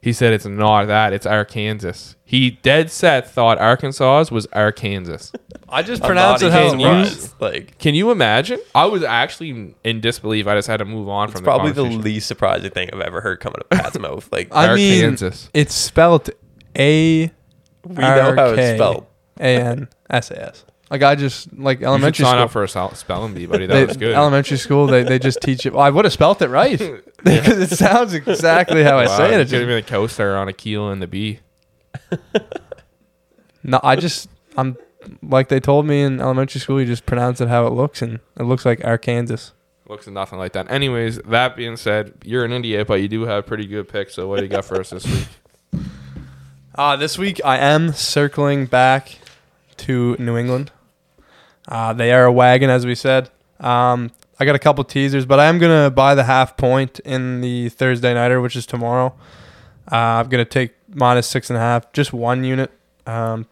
S1: He said, "It's not that. It's Arkansas." He dead set thought Arkansas was Arkansas.
S2: I just
S3: I'm
S2: pronounce
S3: not
S2: it how
S1: even it's
S2: it's
S1: written.
S2: used.
S1: used.
S3: surprised. Like
S1: Can you imagine? I was actually in disbelief. I just had to move on
S3: it's
S1: from the
S3: probably the
S1: conversation.
S3: least surprising thing I've ever heard coming out of Pat's mouth. Like
S2: I mean,
S1: Arkansas.
S2: it's spelled A
S3: we know how it's
S2: RK.
S3: spelled.
S2: A N S A S. Like I just like
S1: You should
S2: elementary
S1: sign
S2: school.
S1: up for a sol- spelling bee, buddy. That
S2: they-
S1: was good.
S2: Elementary school, they, they just teach it. Well, I would have spelt it right because it sounds exactly how I
S1: Wow,
S2: say it. it.
S1: It's gonna
S2: Just,
S1: be the coaster on a keel and the bee.
S2: no, I just I'm like they told me in elementary school, you just pronounce it how it looks, and it looks like Arkansas.
S1: Looks nothing like that. Anyways, that being said, you're in India, but you do have pretty good picks. So what do you got for us this week?
S2: Uh, this week I am circling back to New England. Uh, they are a wagon, as we said. Um, I got a couple teasers, but I am going to buy the half point in the Thursday Nighter, which is tomorrow. Uh, I'm going to take minus six and a half, just one unit. Um,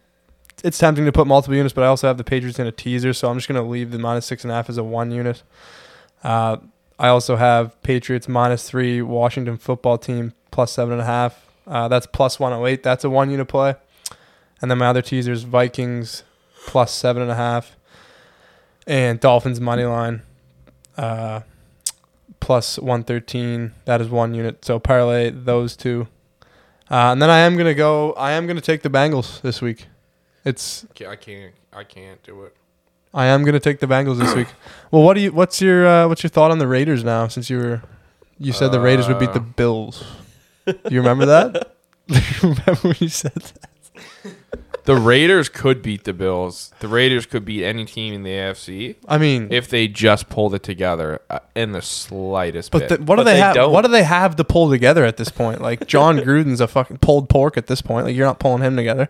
S2: it's tempting to put multiple units, but I also have the Patriots in a teaser, so I'm just going to leave the minus six and a half as a one unit. Uh, I also have Patriots minus three, Washington football team plus seven and a half. Uh, that's plus 108. That's a one unit play. And then my other teasers Vikings plus seven and a half, and Dolphins money line uh, plus 113. That is one unit. So parlay those two. Uh, and then I am gonna go. I am gonna take the Bengals this week. It's
S1: I can't. I can't do it.
S2: I am gonna take the Bengals this week. Well, what do you? What's your uh, what's your thought on the Raiders now? Since you were, you said the Raiders would beat the
S1: Uh,
S2: Bills. Do you remember that? Do you remember when you said that?
S1: The Raiders could beat the Bills. The Raiders could beat any team in the AFC
S2: I mean,
S1: if they just pulled it together uh, in the slightest
S2: but the,
S1: bit.
S2: what do
S3: But
S2: they,
S3: they
S2: have?
S3: don't.
S2: What do they have to pull together at this point? Like John Gruden's a fucking pulled pork at this point. Like you're not pulling him together.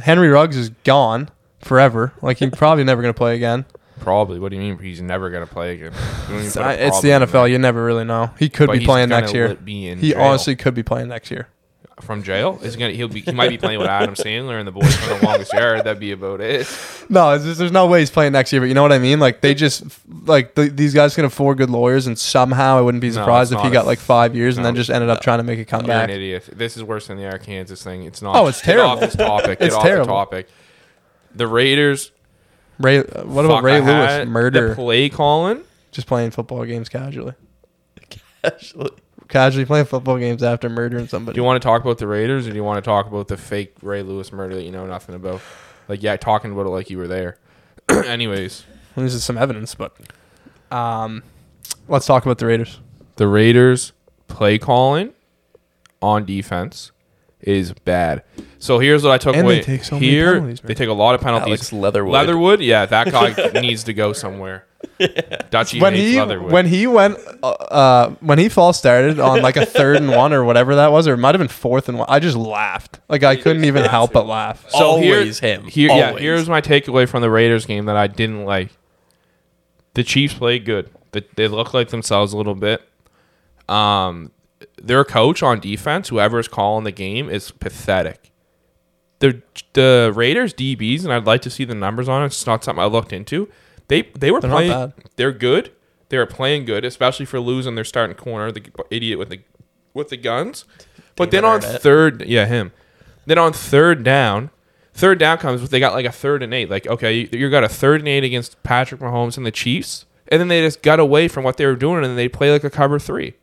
S2: Henry Ruggs is gone forever. Like he's probably never gonna play again.
S1: Probably. What do you mean? He's never gonna play again. You don't even put a
S2: I- It's the
S1: problem in there.
S2: NFL. You never really know. He could
S1: But
S2: be
S1: he's
S2: playing
S1: gonna
S2: next year.
S1: lit- be in
S2: He
S1: jail.
S2: honestly could be playing next year.
S1: from jail. Is he gonna he'll be he might be playing with Adam Sandler and the boys from the longest yard. That'd be about it.
S2: No, it's just, there's no way he's playing next year. But you know what I mean? Like they just like th- these guys can afford good lawyers, and somehow I wouldn't be
S1: No,
S2: surprised
S1: it's
S2: if he
S1: not
S2: got
S1: a-
S2: like five years and
S1: no,
S2: then just ended up trying to make a
S1: You're an
S2: comeback.
S1: idiot. This is worse than the Arkansas thing. It's not.
S2: Oh, it's
S1: Get
S2: terrible.
S1: off this topic. Get
S2: It's
S1: off
S2: terrible.
S1: the topic. The Raiders.
S2: Ray, uh, what about
S1: fuck,
S2: Ray
S1: I
S2: Lewis
S1: had The
S2: murder?
S1: play calling.
S2: just playing football games casually,
S3: Actually,
S2: casually playing football games after murdering
S1: Do
S2: somebody.
S1: you want to talk about the Raiders or do you want to talk about the fake Ray Lewis murder that you know nothing about? Like, yeah, talking about it like you were there. Anyways,
S2: this is some evidence, but um, let's talk about the Raiders.
S1: the Raiders play calling on defense is bad. So here's what I took
S2: And
S1: away.
S2: they take so many
S1: Here
S2: penalties, man.
S1: they take a lot of penalties.
S3: Alex Leatherwood.
S1: Leatherwood, yeah, that guy needs to go somewhere. Dutchie
S2: when
S1: hates
S2: he
S1: Leatherwood.
S2: when he went uh, uh, when he false started on like a third and one or whatever that was, or it might have been fourth and one. I just laughed. Like I couldn't even help but laugh.
S3: So always him.
S1: Oh, Here, yeah,
S3: Always.
S1: here's my takeaway from the Raiders game that I didn't like. The Chiefs played good. They, they looked like themselves a little bit. Um, their coach on defense, whoever's calling the game, is pathetic. The the Raiders DBs, and I'd like to see the numbers on it. It's not something I looked into. They they were
S2: They're not
S1: playing.
S2: bad.
S1: They're good. They were playing good, especially for losing their starting corner, the idiot with the with the guns. But
S3: David
S1: then on
S3: Arnett.
S1: third, yeah, him. Then on third down, third down comes with they got like a third and eight. Like okay, you, you got a third and eight against Patrick Mahomes and the Chiefs, and then they just got away from what they were doing, and they play like a cover three,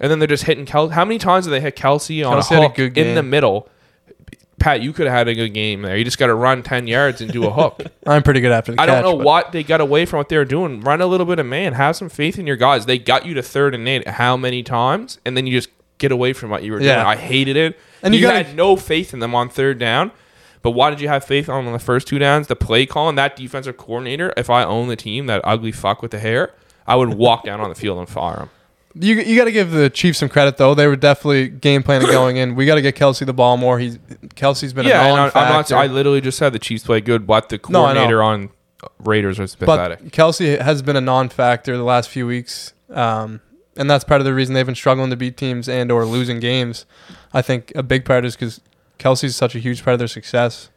S1: and then they're just hitting Kelsey. How many times did they hit Kelsey on
S2: Kelsey
S1: a
S2: had a
S1: hook
S2: good
S1: in the
S2: game.
S1: middle? Pat, you could have had a good game there. You just got to run ten yards and do a hook.
S2: I'm pretty good after the
S1: I
S2: catch.
S1: don't know
S2: but-
S1: what they got away from what they were doing. Run a little bit of man. Have some faith in your guys. They got you to third and eight how many times, and then you just get away from what you were
S2: Yeah.
S1: doing. I hated it. And
S2: And you
S1: you,
S2: gotta-
S1: had no faith in them on third down. But why did you have faith on the first two downs? The play call and that defensive coordinator. If I own the team, that ugly fuck with the hair, I would walk down on the field and fire him.
S2: You you got to give the Chiefs some credit though. They were definitely game planning going in. We got to get Kelsey the ball more. He's Kelsey's been
S1: Yeah, and
S2: a
S1: I, I'm not.
S2: non-factor.
S1: I literally just said the Chiefs play good, but the
S2: No, I know.
S1: coordinator on Raiders was pathetic.
S2: but Kelsey has been a non-factor the last few weeks, um, and that's part of the reason they've been struggling to beat teams and or losing games. I think a big part is because Kelsey's such a huge part of their success,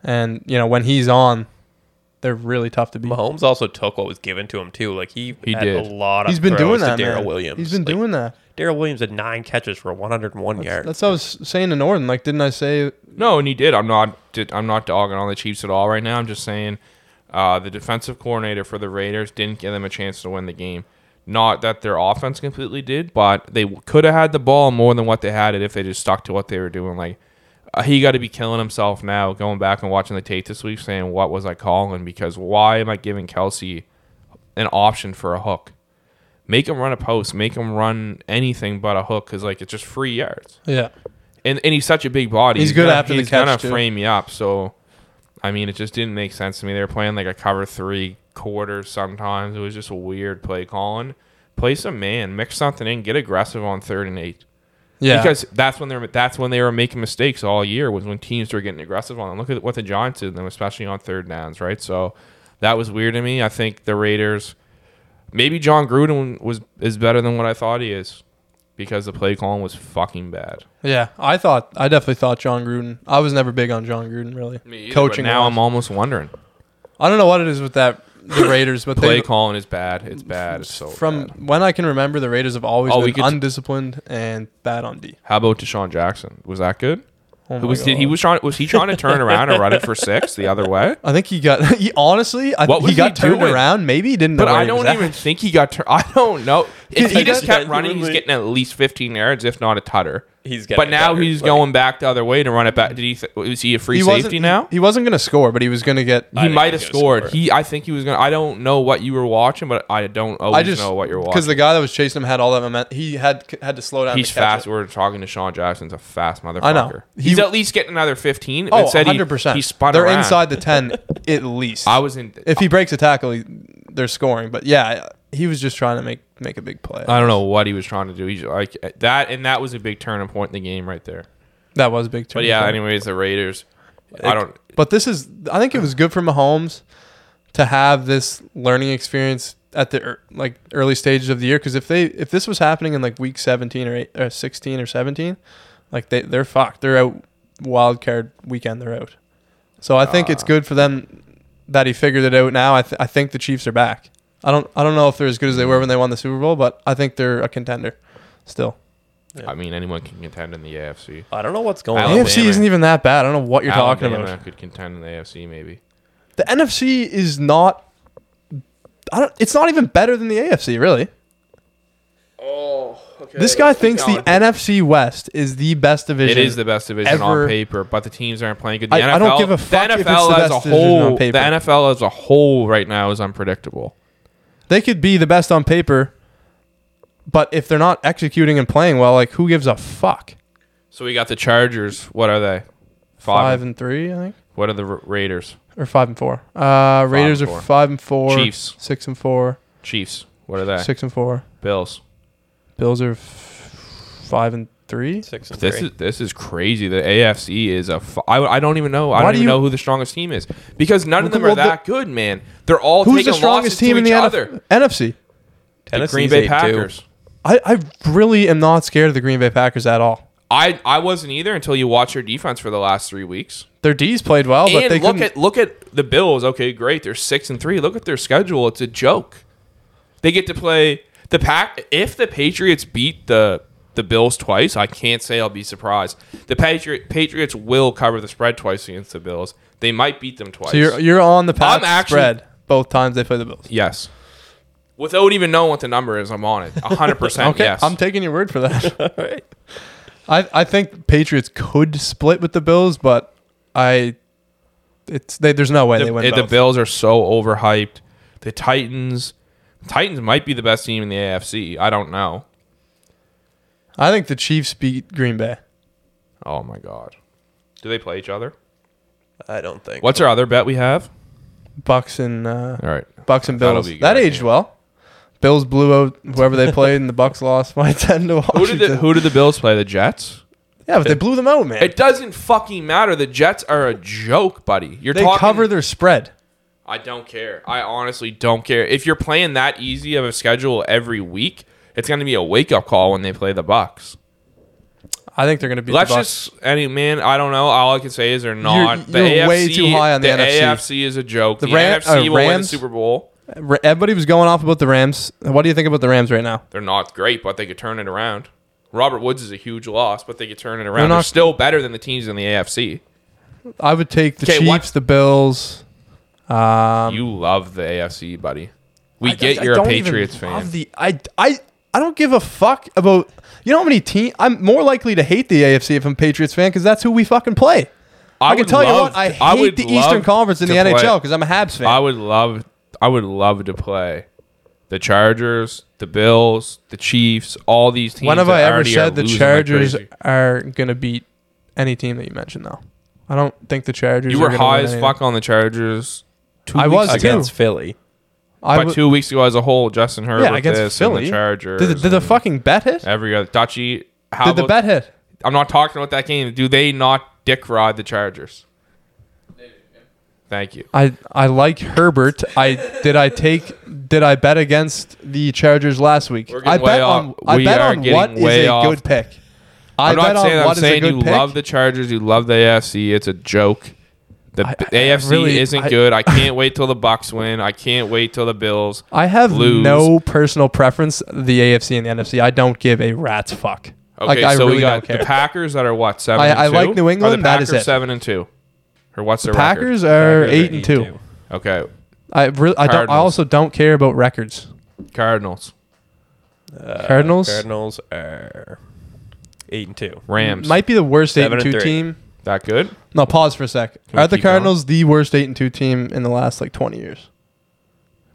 S2: and you know when he's on, they're really tough to beat.
S3: Mahomes also took what was given to him too. Like he,
S1: He
S3: had
S1: did.
S3: a lot of
S2: He's been doing
S3: throws
S2: that,
S3: to Daryl
S2: man.
S3: Williams.
S2: He's been
S3: Like,
S2: doing that.
S3: Daryl Williams had nine catches for 101 yards.
S2: That's what I was saying to Norton. Like, didn't I say?
S1: No, and he did. I'm not. did- I'm not dogging on the Chiefs at all right now. I'm just saying uh, the defensive coordinator for the Raiders didn't give them a chance to win the game. Not that their offense completely did, but they could have had the ball more than what they had it if they just stuck to what they were doing. Like uh, he got to be killing himself now, going back and watching the tape this week, saying what was I calling? Because why am I giving Kelsey an option for a hook? Make him run a post. Make him run anything but a hook, because like it's just free yards
S2: Yeah.
S1: and and he's such a big body.
S2: He's good
S1: gonna,
S2: after the
S1: he's
S2: catch,
S1: gonna
S2: too.
S1: frame you up. So, I mean, it just didn't make sense to me. They were playing like a cover three quarter sometimes. It was just a weird play calling. Play some man, mix something in, get aggressive on third and eight.
S2: Yeah.
S1: Because that's when they're that's when they were making mistakes all year was when teams were getting aggressive on them. Look at what the Giants did to them, especially on third downs, right? So that was weird to me. I think the Raiders maybe John Gruden was is better than what I thought he is because the play calling was fucking bad.
S2: yeah. I thought I definitely thought John Gruden. I was never big on John Gruden really.
S1: coaching. Now
S2: wise.
S1: I'm almost wondering.
S2: I don't know what it is with that the Raiders, but
S1: Play
S2: they
S1: calling is bad. It's bad. It's so
S2: from
S1: bad.
S2: when I can remember the Raiders have always
S1: Oh, we
S2: been
S1: could t-
S2: undisciplined and bad on D.
S1: How about Deshaun Jackson? Was that good?
S2: Oh
S1: Who
S2: my
S1: was did
S2: God.
S1: he was trying was he trying to turn around and run it for six the other way?
S2: I think he got he, honestly. I
S1: What
S2: think he
S1: was
S2: got
S1: he
S2: turned
S1: doing?
S2: around. Maybe he didn't.
S1: But
S2: know where
S1: I
S2: he was
S1: don't
S2: at.
S1: even think he got turned. I don't know. If he
S2: He
S1: just
S3: got
S1: kept running, he's
S3: genuinely-
S1: getting at least 15 yards, if not a tutter.
S3: He's getting
S1: But
S3: a
S1: now
S3: tutter,
S1: he's
S3: like-
S1: going back the other way to run it back. Did he? Th- was he a free
S2: He wasn't-
S1: safety now?
S2: He wasn't going to score, but he was going to get.
S1: He
S3: think
S1: might have
S3: he's gonna
S1: scored.
S3: score.
S1: He, I think he was gonna. I don't know what you were watching, but I don't always
S2: I just
S1: know what you're watching.
S2: because the guy that was chasing him had all that momentum. He had had to slow down.
S1: He's
S2: to catch
S1: fast.
S2: it.
S1: We're talking to Sean Jackson's a fast motherfucker.
S2: I know.
S1: He's
S2: He-
S1: at least getting another 15.
S2: Oh,
S1: It said he-
S2: 100 percent.
S1: He spun
S2: They're
S1: around.
S2: inside the ten at least.
S1: I was in.
S2: if he breaks a tackle, he, they're scoring. But yeah, he was just trying to make make a big play.
S1: I don't know what he was trying to do. He's like that, and that was a big turning point in the game right there.
S2: that was a big.
S1: But yeah, anyways, the Raiders. I don't.
S2: But this is, I think it was good for Mahomes to have this learning experience at the ear- like early stages of the year because if they if this was happening in like week 17 or, eight, or 16 or 17 like they they're fucked they're out wild card weekend they're out so i think it's
S1: Ah.
S2: good for them that he figured it out now i, th- I think the chiefs are back i don't i don't know if they're as good as they were when they won the super bowl but i think they're a contender still
S3: Yeah.
S1: I mean, anyone can contend in the AFC.
S3: I don't know what's going
S1: Alabama.
S3: on.
S2: afc isn't even that bad i don't know what you're talking
S1: Alabama
S2: about
S1: Could contend in the AFC maybe.
S2: The NFC is not. I don't. It's not even better than the AFC, really.
S1: Oh, okay.
S2: This guy thinks the NFC West is the best
S1: It
S2: division.
S1: is the best division
S2: ever-
S1: on paper, but the teams aren't playing good. The
S2: I- I don't give a
S1: the
S2: fuck if it's
S1: NFL
S2: the
S1: as
S2: best
S1: a
S2: division on
S1: whole,
S2: paper.
S1: The NFL as a whole right now is unpredictable.
S2: they could be the best on paper, but if they're not executing and playing well, like who gives a fuck?
S1: So we got the Chargers. What are they?
S2: Five and three, I think.
S1: What are the Ra- Raiders?
S2: or five and four. Uh, Raiders
S1: and
S2: are
S1: four.
S2: five and four.
S1: Chiefs.
S2: six and four.
S1: Chiefs. What are they?
S2: Six and four.
S1: Bills.
S2: Bills are f- five and three.
S3: Six and
S1: This
S3: three.
S1: is this is crazy. The AFC is a. F- I, I don't even know. I
S2: Why
S1: don't
S2: do
S1: even
S2: you-
S1: know who the strongest team is because none of
S2: Well,
S1: them are
S2: well, the-
S1: that good, man. They're all
S2: Who's
S1: taking
S2: the
S1: losses
S2: strongest
S1: to
S2: team in the
S1: each
S2: NF-
S1: other.
S2: NFC?
S1: The
S3: Tennessee's
S1: Green Bay
S3: eight-two.
S1: Packers.
S2: I, I really am not scared of the Green Bay Packers at all.
S1: I I wasn't either until you watch their defense for the last three weeks.
S2: Their D's played well, Oh, but they
S1: and look
S2: couldn't.
S1: at look at the Bills. Okay, great. They're six and three. Look at their schedule. It's a joke. They get to play the pack. If the Patriots beat the the Bills twice, I can't say I'll be surprised. The Patriot Patriots will cover the spread twice against the Bills. They might beat them twice.
S2: so you're you're on the
S1: I'm
S2: path
S1: actually-
S2: spread both times they play the Bills.
S1: yes. Without even knowing what the number is, I'm on it. 100%
S2: Okay,
S1: yes.
S2: I'm taking your word for that. I I think Patriots could split with the Bills, but I it's they, there's no way they
S1: the,
S2: win.
S1: eh, the
S2: both.
S1: Bills are so overhyped. The Titans Titans might be the best team in the AFC. I don't know.
S2: I think the Chiefs beat Green Bay.
S1: Oh my god. Do they play each other?
S3: I don't think.
S1: What's our other bet we have?
S2: Bucks and uh,
S1: All right.
S2: Bucks and
S1: That'll
S2: Bills.
S1: be good,
S2: That aged
S1: yeah.
S2: well. Bills blew out whoever they played, and the Bucks lost by ten to
S1: Who
S2: Washington.
S1: did the, who did the Bills play? The Jets?
S2: yeah, but they blew them out, man.
S1: It doesn't fucking matter. The Jets are a joke, buddy. You're
S2: they
S1: talking
S2: cover their spread.
S1: I don't care. I honestly don't care. If you're playing that easy of a schedule every week, it's going to be a wake-up call when they play the Bucks.
S2: I think they're going to beat
S1: Let's
S2: the Bucks.
S1: just any man. I don't know. All I can say is they're not. the
S2: you're
S1: AFC,
S2: way too high on the NFC.
S1: AFC is a joke. The,
S2: The Ram-
S1: NFC
S2: uh,
S1: will win the
S2: Rams?
S1: Super Bowl.
S2: Ra- Everybody was going off about the Rams. What do you think about the Rams right now?
S1: They're not great, but they could turn it around. Robert Woods is a huge loss, but they could turn it around.
S2: They're
S1: They're,
S2: not-
S1: still better than the teams in the AFC.
S2: I would take the
S1: Okay,
S2: Chiefs,
S1: what-
S2: the Bills. Um,
S1: you love the AFC, buddy. We
S2: I-
S1: get
S2: I
S1: you're a
S2: don't even
S1: Patriots
S2: love
S1: fan.
S2: The, I, I, I don't give a fuck about. You know how many team? I'm more likely to hate the AFC if I'm a Patriots fan because that's who we fucking play. I, can
S1: would
S2: tell you
S1: love
S2: what, I
S1: to-
S2: hate
S1: would
S2: the
S1: love
S2: Eastern Conference in
S1: to
S2: the
S1: play-
S2: NHL because I'm a Habs fan.
S1: I would love, I would love to play the Chargers, the Bills, the Chiefs, all these teams.
S2: when have
S1: that
S2: I ever
S1: already are
S2: said the
S1: losing like
S2: Chargers
S1: crazy.
S2: are gonna beat any team that you mentioned though? I don't think the Chargers.
S1: You
S2: are
S1: were
S2: gonna
S1: high
S2: win
S1: as
S2: any-
S1: fuck on the Chargers. Two
S2: I
S1: weeks
S2: was
S1: ago.
S3: against Philly?
S2: I
S1: but
S2: would-
S1: two weeks ago as a whole, Justin Herbert
S2: yeah, against
S1: this
S2: Philly.
S1: and the Chargers.
S2: Did, the- did the
S1: and
S2: fucking bet hit?
S1: every other Dutchie? How
S2: Did the
S1: about-
S2: bet hit?
S1: I'm not talking about that game. Do they not dick ride the Chargers? Thank you.
S2: I I like Herbert. I did I take did I bet against the Chargers last week?
S1: We're getting
S2: I
S1: way
S2: bet on
S1: off.
S2: I
S1: We
S2: bet
S1: are
S2: on what
S1: getting
S2: is
S1: way
S2: a
S1: off.
S2: good pick. I
S1: I'm
S2: bet
S1: not saying
S2: on
S1: I'm
S2: what is a
S1: saying
S2: good
S1: you
S2: pick.
S1: love the Chargers, you love the AFC. It's a joke. The
S2: I- I
S1: AFC
S2: really-
S1: isn't
S2: I-
S1: good. I can't wait till the Bucks win. I can't wait till the Bills.
S2: I have
S1: lose.
S2: no personal preference the AFC and the NFC. I don't give a rat's fuck.
S1: Okay,
S2: like, I
S1: so
S2: really
S1: we got
S2: don't care.
S1: the Packers that are what seven.
S2: I-
S1: and
S2: I
S1: two?
S2: like New
S1: Are the
S2: England, that
S1: Packers
S2: is it.
S1: seven and two, or what's their
S2: Packers
S1: record?
S2: are
S3: Packers are
S2: eight and two.
S3: eight-two.
S1: Okay,
S2: I really, I don't. I
S1: Cardinals.
S2: also don't care about records.
S1: Cardinals,
S3: Uh,
S2: Cardinals?
S3: Cardinals are eight and two.
S1: Rams.
S2: Might be the worst eight
S3: Seven
S2: and two
S3: and three.
S2: team.
S1: that good?
S2: No, pause for a sec.
S1: Can we
S2: Are the
S1: keep going?
S2: Cardinals the worst eight and two team in the last like twenty years?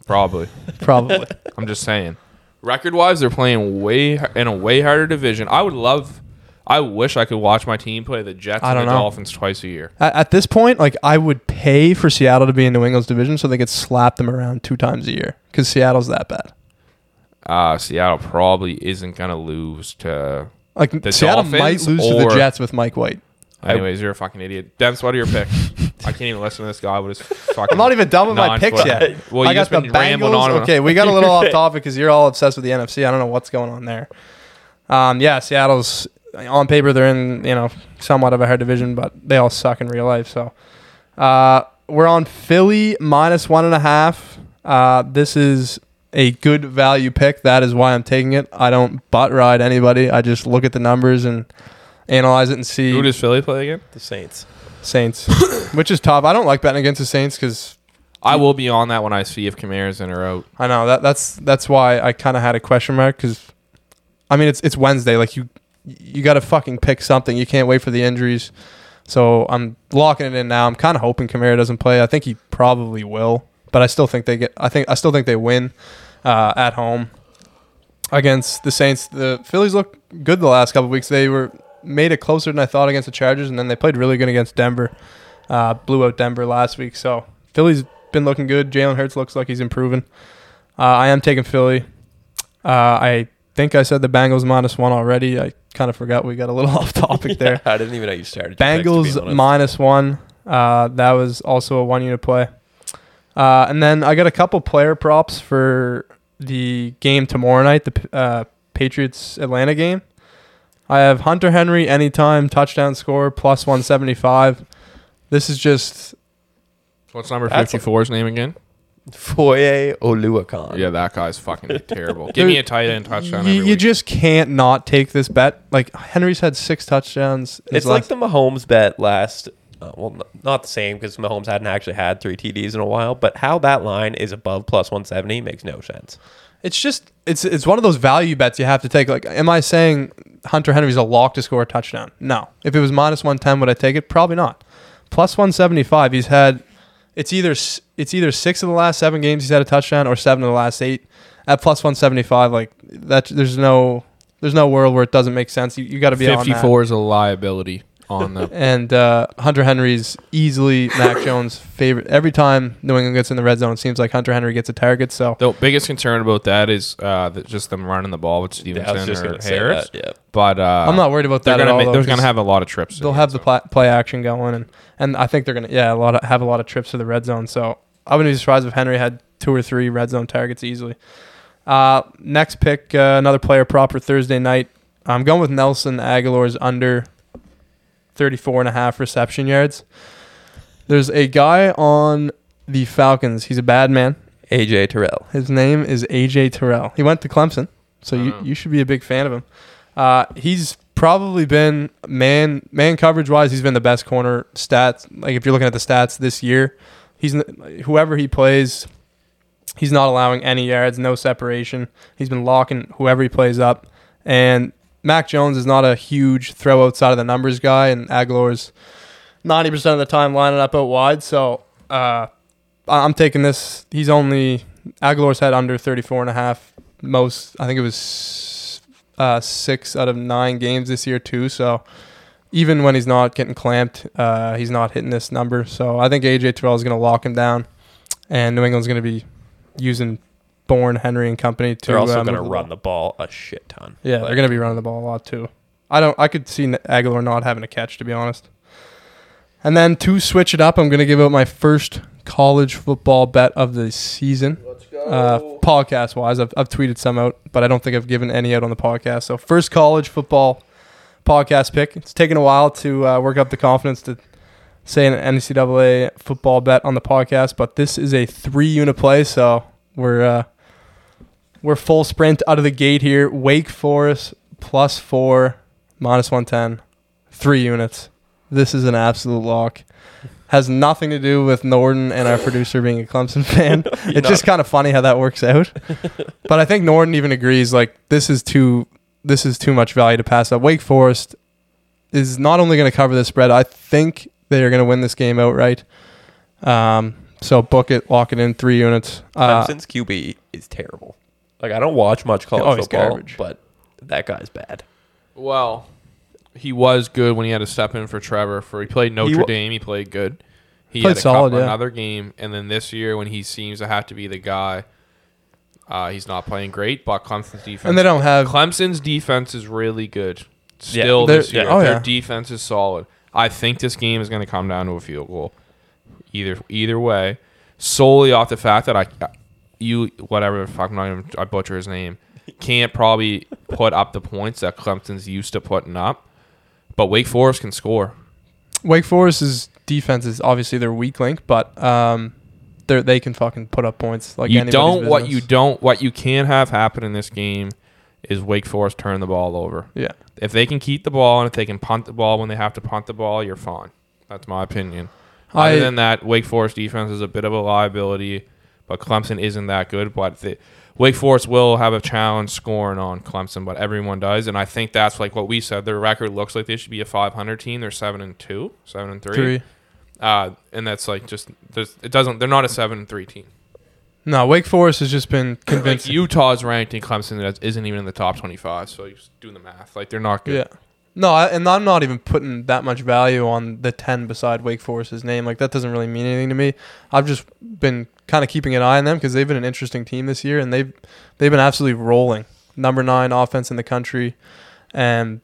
S1: Probably.
S2: Probably.
S1: I'm just saying. Record wise, they're playing way in a way harder division. I would love. I wish I could watch my team play the Jets
S2: I
S1: and the
S2: don't know.
S1: Dolphins twice a year.
S2: at, at this point, like I would pay for Seattle to be in New England's division so they could slap them around two times a year because Seattle's that bad.
S1: Uh, Seattle probably isn't gonna lose to.
S2: Like
S1: The
S2: Seattle might
S1: Dolphins
S2: lose to the
S1: or-
S2: Jets with Mike White.
S3: I-
S1: Anyways, you're a fucking idiot. Dennis, what are your picks? I can't even listen to this guy with his fucking.
S2: I'm not even done with my picks
S1: non-foot-
S2: yet.
S1: Well, you
S2: I got
S1: just
S2: the
S1: been rambling
S2: Bengals.
S1: on. and on.
S2: Okay, we got a little off topic because you're all obsessed with the NFC. I don't know what's going on there. Um, yeah, Seattle's on paper they're in you know somewhat of a hard division, but they all suck in real life. So uh, we're on Philly minus one and a half. Uh, this is a good value pick. That is why I'm taking it. I don't butt ride anybody. I just look at the numbers and analyze it and see.
S1: Who does Philly play again?
S3: The Saints.
S2: Saints, which is tough. I don't like betting against the Saints because
S1: I will be on that when I see if Kamara's in or out.
S2: I know that that's that's why I kind of had a question mark because, I mean, it's it's Wednesday. Like you, you got to fucking pick something. You can't wait for the injuries. So I'm locking it in now. I'm kind of hoping Kamara doesn't play. I think he probably will, but I still think they get. I think I still think they win uh, at home against the Saints. The Phillies look good the last couple of weeks. They were made it closer than I thought against the Chargers, and then they played really good against Denver. Uh, blew out Denver last week, so Philly's been looking good. Jalen Hurts looks like he's improving. Uh, I am taking Philly. Uh, I think I said the Bengals minus one already. I kind of forgot we got a little off topic there.
S3: I didn't even know you started. your picks, to be
S2: Bengals
S3: honest.
S2: minus one. Uh, that was also a one unit play. Uh, and then I got a couple player props for the game tomorrow night, the P- uh, Patriots Atlanta game. I have Hunter Henry anytime touchdown score plus 175. This is just
S1: What's number
S3: That's a-
S1: 54's name again?
S3: Foye Oluwakan.
S1: Yeah, that guy's fucking terrible. Give me a tight end touchdown.
S2: you,
S1: every
S2: you
S1: week.
S2: just can't not take this bet. Like Henry's had six touchdowns. in his
S3: It's like
S2: last-
S3: the Mahomes bet last. Uh, well, n- not the same because Mahomes hadn't actually had three TDs in a while. But how that line is above plus 170 makes no sense.
S2: It's just it's it's one of those value bets you have to take. Like, am I saying Hunter Henry's a lock to score a touchdown? No. If it was minus one ten, would I take it? Probably not. Plus one seventy five. He's had it's either s- it's either six of the last seven games he's had a touchdown or seven of the last eight. At plus one seventy five, like that, there's no there's no world where it doesn't make sense. You, you got to be on that.
S1: 54 is a liability on the
S2: And uh, Hunter Henry's easily Mac Jones' favorite. Every time New England gets in the red zone, it seems like Hunter Henry gets a target. So
S1: The biggest concern about that is uh, that just them running the ball with
S3: Yeah, I was
S1: Stevenson
S3: just
S1: or
S3: gonna say
S1: Harris.
S3: that. Yeah.
S1: But uh,
S2: I'm not worried about
S1: They're
S2: that at
S1: gonna ma-
S2: all. though,
S1: they're gonna
S2: 'cause-
S1: have a lot of trips.
S2: They'll have the pla play action going, and and I think they're gonna yeah a lot of, have a lot of trips to the red zone. So I wouldn't be surprised if Henry had two or three red zone targets easily. Uh, next pick, uh, another player prop for Thursday night. I'm going with Nelson Aguilar's under 34 and a half reception yards. There's a guy on the Falcons. He's a bad man.
S3: AJ Terrell.
S2: His name is AJ Terrell. He went to Clemson, so
S1: I
S2: you,
S1: know.
S2: you should be a big fan of him. Uh, he's probably been man man coverage wise, he's been the best corner stats. Like if you're looking at the stats this year, he's n- whoever he plays, he's not allowing any yards, no separation. He's been locking whoever he plays up, and Mac Jones is not a huge throw outside of the numbers guy, and Aguilar's ninety percent of the time lining up out wide. So uh, I- I'm taking this. He's only Aguilar's had under 34 and a half most I think it was uh, six out of nine games this year too so even when he's not getting clamped uh, he's not hitting this number so I think AJ Terrell is going to lock him down and New England's going to be using Bourne Henry and company to
S3: They're also
S2: uh,
S3: going to
S2: move the
S3: run
S2: ball.
S3: the ball a shit ton.
S2: yeah they're going to be running the ball a lot too I don't I could see Aguilar not having a catch to be honest and then to switch it up I'm going to give out my first college football bet of the season
S1: Let's go.
S2: uh, podcast wise. I've, I've tweeted some out, but I don't think I've given any out on the podcast. So, first college football podcast pick. It's taken a while to uh, work up the confidence to say an NCAA football bet on the podcast, but this is a three unit play. So, we're, uh, we're full sprint out of the gate here. Wake Forest plus four, minus 110, three units. This is an absolute lock. Has nothing to do with Norton and our producer being a Clemson fan
S3: You
S2: it's
S3: know,
S2: just kind of funny how that works out. but I think Norton even agrees like this is too this is too much value to pass up. Wake Forest is not only going to cover the spread, I think they are going to win this game outright. Um, so book it, lock it in three units. Uh,
S3: Clemson's QB is terrible. Like I don't watch much college
S2: Oh, he's
S3: football,
S2: garbage.
S3: but that guy's bad.
S1: Well, he was good when he had to step in for Trevor. For he played Notre
S3: He wa-
S1: Dame, he played good. He
S2: Played
S1: had a
S2: solid,
S1: couple,
S2: yeah.
S1: another game, and then this year when he seems to have to be the guy, uh, he's not playing great. But Clemson's defense,
S2: and they don't have
S1: Clemson's defense is really good.
S3: Yeah.
S1: Still
S2: They're-
S1: this year,
S2: yeah. Oh,
S1: their
S2: yeah.
S1: defense is solid. I think this game is going to come down to a field goal, either either way, solely off the fact that I, you whatever the fuck I'm not even I butcher his name, can't probably put up the points that Clemson's used to putting up, but Wake Forest can score.
S2: Wake Forest's defense is obviously their weak link, but um, they they can fucking put up points like
S1: you
S2: anybody's
S1: don't what you
S2: business.
S1: don't what you can have happen in this game is Wake Forest turn the ball over.
S2: yeah.
S1: If they can keep the ball and if they can punt the ball when they have to punt the ball, you're fine. That's my opinion. Other
S2: I-
S1: than that, Wake Forest defense is a bit of a liability, but Clemson isn't that good. But the, Wake Forest will have a challenge scoring on Clemson, but everyone does, and I think that's like what we said. Their record looks like they should be a 500 team. They're seven and two, seven and three,
S2: Three.
S1: Uh, and that's like just there's, it doesn't. They're not a seven and three team.
S2: No, Wake Forest has just been
S1: Like
S2: convincing.
S1: Utah's ranked in Clemson that isn't even in the top 25. So you're just doing the math. Like they're not good.
S2: Yeah. No, I, and I'm not even putting that much value on the 10 beside Wake Forest's name. Like, that doesn't really mean anything to me. I've just been kind of keeping an eye on them because they've been an interesting team this year, and they've, they've been absolutely rolling. Number nine offense in the country, and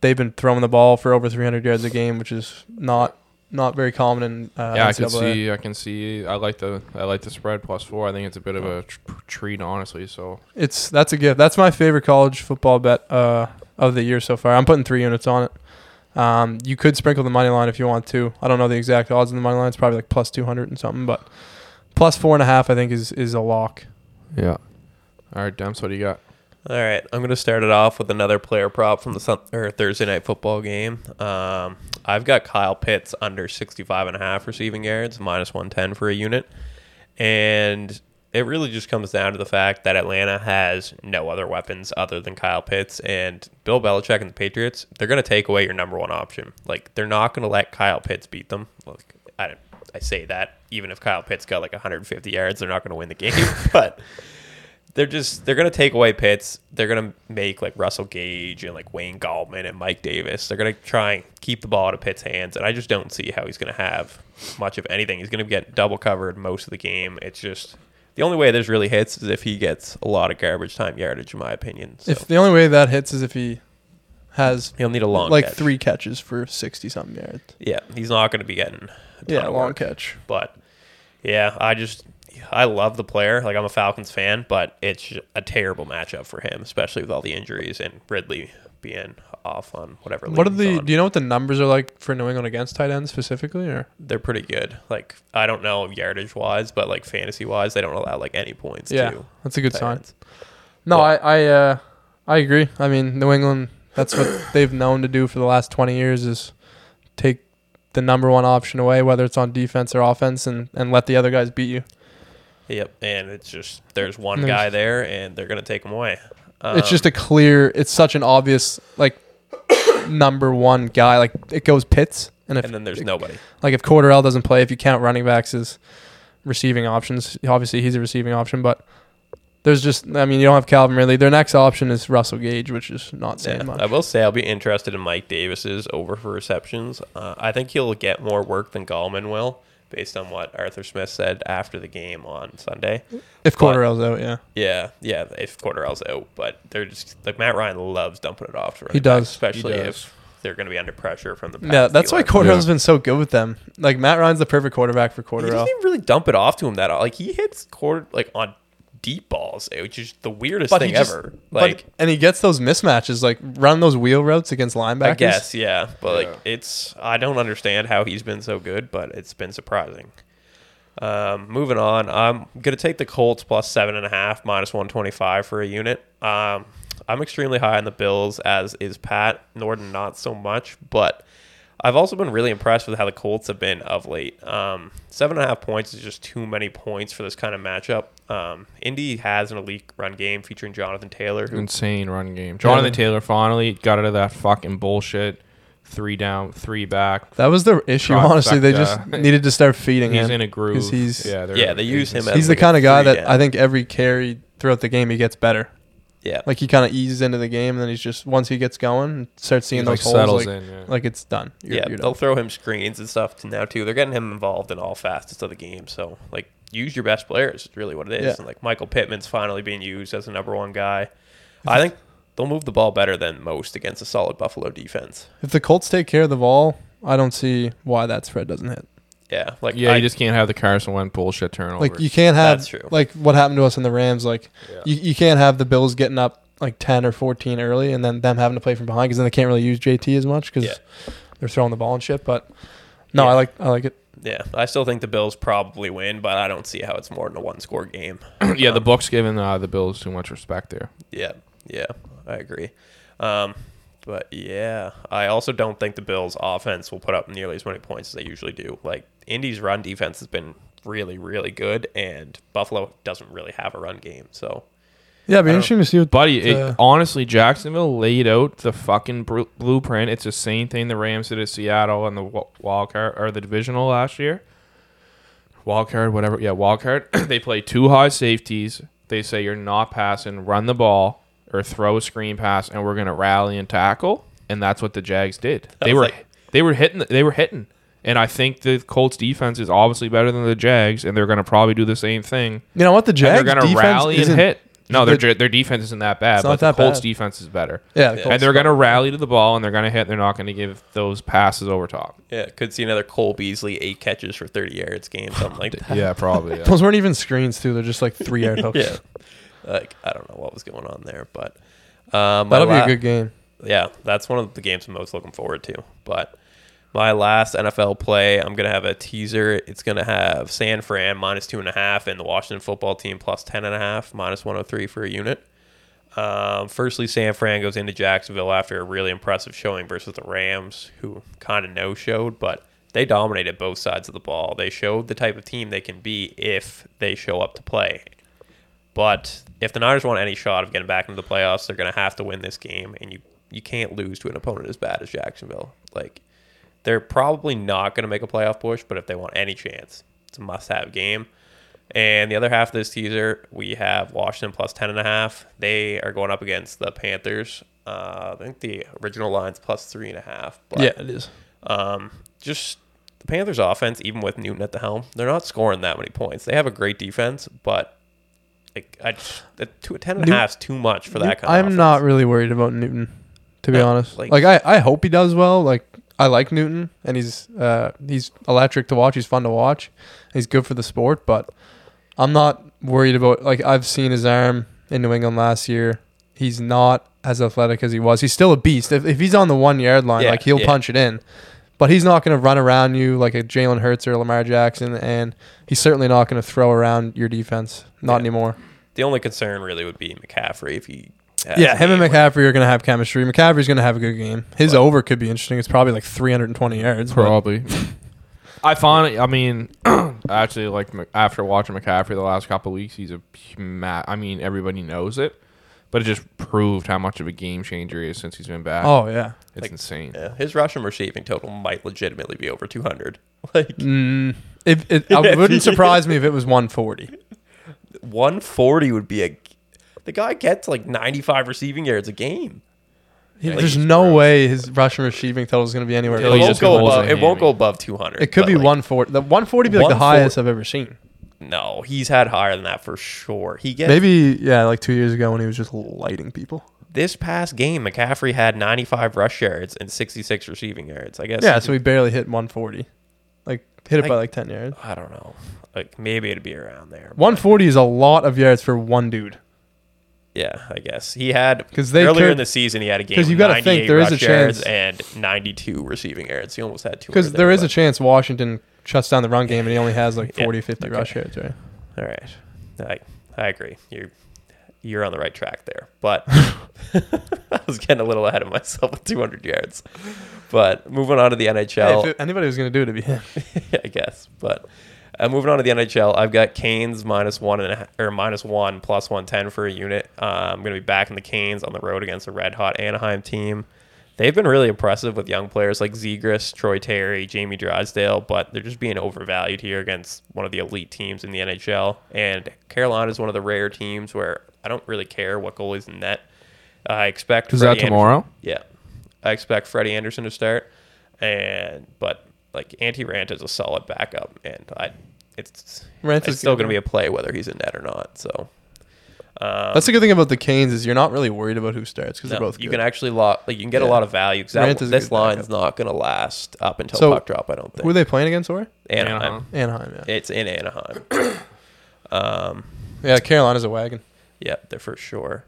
S2: they've been throwing the ball for over 300 yards a game, which is not not very common in uh,
S1: yeah, I can
S2: NCAA.
S1: see. I can see. I like the. I like the spread plus four. I think it's a bit of a tr- treat, honestly. So
S2: It's that's a gift. That's my favorite college football bet uh, of the year so far. I'm putting three units on it. Um, you could sprinkle the money line if you want to. I don't know the exact odds on the money line. It's probably like plus two hundred and something, but plus four and a half I think is is a lock.
S1: yeah. All right, Demps, what do you got?
S3: All right, I'm going to start it off with another player prop from the Sun- or Thursday night football game. Um, I've got Kyle Pitts under 65 and a half receiving yards, minus 110 for a unit. And it really just comes down to the fact that Atlanta has no other weapons other than Kyle Pitts and Bill Belichick and the Patriots. They're going to take away your number one option. Like they're not going to let Kyle Pitts beat them. Like I I say that even if Kyle Pitts got like 150 yards, they're not going to win the game, but they're just they're gonna take away Pitts. They're gonna make like Russell Gage and like Wayne Gallman and Mike Davis. They're gonna try and keep the ball out of Pitts' hands, and I just don't see how he's gonna have much of anything. He's gonna get double covered most of the game. It's just the only way this really hits is if he gets a lot of garbage time yardage, in my opinion. So
S2: If the only way that hits is if he has
S3: he'll need a long
S2: like
S3: catch.
S2: three catches for sixty something yards.
S3: Yeah, he's not gonna be getting a ton
S2: Yeah,
S3: of
S2: long
S3: work.
S2: catch.
S3: But yeah, I just I love the player. Like I'm a Falcons fan, but it's a terrible matchup for him, especially with all the injuries and Ridley being off on whatever.
S2: What are
S3: league
S2: the
S3: he's
S2: do you know what the numbers are like for New England against tight ends specifically or
S3: They're pretty good. Like I don't know yardage wise, but like fantasy wise, they don't allow like any points.
S2: Yeah,
S3: to
S2: that's a good
S3: tight
S2: sign.
S3: ends.
S2: No, I
S3: But-
S2: I uh, I agree. I mean, New England that's what they've known to do for the last 20 years is take the number one option away whether it's on defense or offense and and let the other guys beat you.
S3: Yep, and it's just there's one
S2: There's-
S3: guy there, and they're gonna take him away. Um,
S2: it's just a clear it's such an obvious like number one guy like it goes pits and if
S3: Um, and then there's nobody.
S2: like if Corderell doesn't play if you count running backs as receiving options, obviously he's a receiving option but there's just, I mean, you don't have Calvin Ridley. Their next option is Russell Gage, which is not saying
S3: Yeah,
S2: much.
S3: I will say I'll be interested in Mike Davis's over for receptions. Uh, I think he'll get more work than Gallman will, based on what Arthur Smith said after the game on Sunday.
S2: if
S3: but-
S2: Corderell's out, yeah.
S3: Yeah, yeah, if Corderell's out, but they're just like Matt Ryan loves dumping it off to running
S2: He
S3: backs,
S2: does. He
S3: especially
S1: does.
S3: if they're going to be under pressure from the.
S2: Yeah, that's why
S3: Corderell.
S2: Cordell's has been so good with them. Like Matt Ryan's the perfect quarterback for
S3: He
S2: Cordell.
S3: doesn't even really dump it off to him that all. Like he hits Corder like on deep balls, eh, which is the weirdest
S2: But he
S3: thing
S2: just-
S3: ever.
S2: But-
S3: Like
S2: and he gets those mismatches, like running those wheel routes against linebackers.
S3: I guess, yeah. But like,
S1: Yeah.
S3: it's I don't understand how he's been so good, but it's been surprising. Um, moving on, I'm gonna take the Colts plus seven and a half, minus one twenty five for a unit. Um, I'm extremely high on the Bills, as is Pat Norton, not so much, but. I've also been really impressed with how the Colts have been of late. Um, seven and a half points is just too many points for this kind of matchup. Um, Indy has an elite run game featuring Jonathan Taylor, who
S1: Insane run game. Jonathan
S2: Yeah.
S1: Taylor finally got out of that fucking bullshit. Three down, three back.
S2: That was their issue,
S1: Trifecta.
S2: honestly. They just needed to start feeding
S1: uh, He's
S2: him.
S1: in a groove.
S2: 'cause He's,
S1: yeah, they're-
S3: Yeah, they use him
S2: he's
S3: as
S2: the
S3: like a
S2: kind of guy
S3: three
S2: that
S3: down.
S2: I think every carry throughout the game he gets better.
S3: yeah,
S2: Like he kind of eases into the game, and then he's just once he gets going, and starts seeing
S1: like,
S2: those holes,
S1: settles
S2: like,
S1: in. Yeah.
S2: like it's done. You're-
S3: yeah,
S2: you're
S3: they'll
S2: done.
S3: throw him screens and stuff now too. They're getting him involved in all facets of the game. So like, use your best players is really what it is.
S2: Yeah.
S3: And like Michael Pittman's finally being used as the number one guy. I think they'll move the ball better than most against a solid Buffalo defense.
S2: if the Colts take care of the ball, I don't see why that spread doesn't hit.
S3: Yeah, like
S1: yeah,
S3: I,
S1: you just can't have the Carson Wentz bullshit turnover.
S2: Like you can't have
S3: That's true.
S2: like what happened to us in the Rams. Like
S1: Yeah.
S2: you, you can't have the Bills getting up like ten or fourteen early, and then them having to play from behind because then they can't really use JT as much because
S3: Yeah.
S2: they're throwing the ball and shit. But no,
S3: Yeah.
S2: I like I like it.
S3: yeah, I still think the Bills probably win, but I don't see how it's more than a one score game.
S1: yeah, the books giving uh, the Bills too much respect there.
S3: Yeah, yeah, I agree. Um, but yeah, I also don't think the Bills' offense will put up nearly as many points as they usually do. Like Indy's run defense has been really, really good, and Buffalo doesn't really have a run game. So
S2: Yeah, it'd be
S3: I don't-
S2: interesting to see what.
S1: Buddy,
S2: Uh,
S1: it, honestly, Jacksonville laid out the fucking br- blueprint. It's the same thing the Rams did at Seattle and the wa- wild card or the divisional last year. Wild card, whatever. Yeah, wild card. they play two high safeties. They say you're not passing, run the ball or throw a screen pass, and we're gonna rally and tackle. and that's what the Jags did. they
S3: was
S1: were
S3: like-
S1: they were hitting they were hitting, and I think the Colts defense is obviously better than the Jags, and they're going to probably do the same thing.
S2: You know what? The
S1: And
S2: Jags
S1: they're going to
S2: defense
S1: rally and
S2: isn't-
S1: hit. No, their
S2: the-
S1: ju- their defense isn't that bad,
S2: It's
S1: but
S2: not
S1: the
S2: that
S1: Colts
S2: bad.
S1: defense is better.
S2: Yeah, the
S3: Yeah.
S1: and
S2: Colts.
S1: they're going to rally to the ball and they're going to hit. They're not going to give those passes over top.
S3: Yeah, could see another Cole Beasley eight catches for thirty yards game, something like that.
S1: Yeah, probably.
S2: Those weren't even screens too. They're just like three yard hooks.
S3: yeah, like I don't know what was going on there, but um,
S2: That'll be a good game.
S3: yeah, that's one of the games I'm most looking forward to. But my last NFL play, I'm gonna have a teaser. It's gonna have San Fran minus two and a half and the Washington football team plus ten and a half, minus one hundred three for a unit. Um, firstly, San Fran goes into Jacksonville after a really impressive showing versus the Rams, who kind of no showed, but they dominated both sides of the ball. They showed the type of team they can be if they show up to play. But if the Niners want any shot of getting back into the playoffs, they're going to have to win this game, and you you can't lose to an opponent as bad as Jacksonville. Like they're probably not going to make a playoff push, but if they want any chance, it's a must-have game. And the other half of this teaser, we have Washington plus ten and a half. They are going up against the Panthers. Uh, I think the original line's plus three and a half. But
S2: it is.
S3: um, just the Panthers' offense, even with Newton at the helm, they're not scoring that many points. They have a great defense, but like I just, that two, 10 and
S2: New-
S3: a half is too much for that kind
S2: I'm
S3: of
S2: not really worried about Newton, to be
S3: Yeah,
S2: honest.
S3: like-
S2: Like, I, I hope he does well. Like I like Newton, and he's uh he's electric to watch. He's fun to watch. He's good for the sport, but I'm not worried about. Like I've seen his arm in New England last year. He's not as athletic as he was. He's still a beast. If, if he's on the one yard line,
S3: Yeah,
S2: like he'll
S3: yeah.
S2: punch it in. But he's not going to run around you like a Jalen Hurts or Lamar Jackson, and he's certainly not going to throw around your defense. Not
S3: Yeah.
S2: anymore.
S3: The only concern really would be McCaffrey if he. has
S2: Yeah,
S3: a
S2: him and
S3: game
S2: McCaffrey are going to have chemistry. McCaffrey's going to have a good game. His
S3: But-
S2: over could be interesting. It's probably like 320 yards. but-
S1: Probably. I find it. I mean, actually, like Mc- after watching McCaffrey the last couple of weeks, he's a ma- I mean, everybody knows it, but it just proved how much of a game changer he is since he's been back.
S2: Oh yeah.
S1: it's
S3: like-
S1: insane.
S3: where- yeah, his rushing receiving total might legitimately be over 200. Like
S2: Mm, it, it, I wouldn't surprise me if it was 140.
S3: 140 would be a. The guy gets like 95 receiving yards a game.
S2: He-
S3: Yeah,
S2: There's
S3: he's
S2: no way his rushing receiving total is going to be anywhere.
S1: He'll he
S3: it
S2: close.
S3: won't
S1: just
S3: go
S1: holds
S3: above.
S1: a
S3: It won't
S1: hammy.
S3: go above 200.
S2: It could
S3: but,
S2: be
S3: like,
S2: 140. The 140 would be like the
S3: 140
S2: highest I've ever seen.
S3: No, he's had higher than that for sure. He gets
S2: Maybe yeah, like two years ago when he was just lighting people.
S3: this past game, McCaffrey had 95 rush yards and 66 receiving yards. I guess.
S2: Yeah, so he barely hit 140. Like hit it by
S3: Like- Oh.
S2: like 10 yards.
S3: I don't know. Like maybe it'd be around there.
S2: 140 is a lot of yards for one dude.
S3: Yeah, I guess he had
S2: 'Cause they
S3: earlier in
S2: could-
S3: the season he had a game
S2: 'cause you
S3: with
S2: gotta think
S3: 98
S2: there is a
S3: rush yards
S2: chance-
S3: and 92 receiving yards. He almost had two.
S2: Because there is a chance Washington shuts down the run game and he only has like
S3: Yeah,
S2: 40, 50
S3: okay.
S2: rush yards, right?
S3: All right, I I agree. You're you're on the right track there, but I was getting a little ahead of myself with 200 yards. But moving on to the NHL.
S2: Hey, if anybody was going to do it, it'd be him.
S3: I guess. But uh, moving on to the NHL, I've got Canes minus one and a, ha- or minus one plus one ten for a unit. Uh, I'm going to be back in the Canes on the road against a red hot Anaheim team. They've been really impressive with young players like Zegras, Troy Terry, Jamie Drysdale, but they're just being overvalued here against one of the elite teams in the NHL. And Carolina is one of the rare teams where I don't really care what goalie's in net. I expect
S1: Is that
S3: Freddie Anderson-
S1: tomorrow?
S3: yeah, I expect Freddie Anderson to start, and but like Antti Ranta is a solid backup, and I it's
S2: Ranta's
S3: it's still
S2: good.
S3: going to be a play whether he's in net or not. So um,
S2: That's the good thing about the Canes is you're not really worried about who starts because
S3: no,
S2: they're both good.
S3: you can actually lot like you can get a
S2: Yeah.
S3: lot of value because
S2: Ranta's a
S3: this
S2: good
S3: line's
S2: backup.
S3: not going to last up until
S2: So,
S3: puck drop. I don't think
S2: Who are they playing against, sorry?
S3: Anaheim.
S1: Anaheim.
S2: Anaheim, yeah.
S3: It's in Anaheim. um,
S2: Yeah, Carolina's a wagon.
S3: yeah, they're for sure.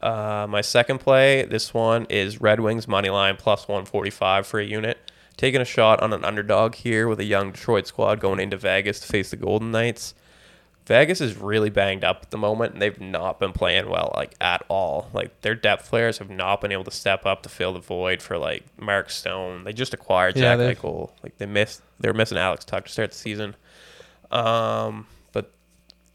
S3: Uh, my second play, this one is Red Wings money line plus 145 for a unit. Taking a shot on an underdog here with a young Detroit squad going into Vegas to face the Golden Knights. Vegas is really banged up at the moment, and they've not been playing well like at all. Like their depth players have not been able to step up to fill the void for like Mark Stone. They just acquired
S2: Yeah,
S3: Jack
S2: they've-
S3: Eichel. Like they missed, they're missing Alex Tuck to start the season. Um, but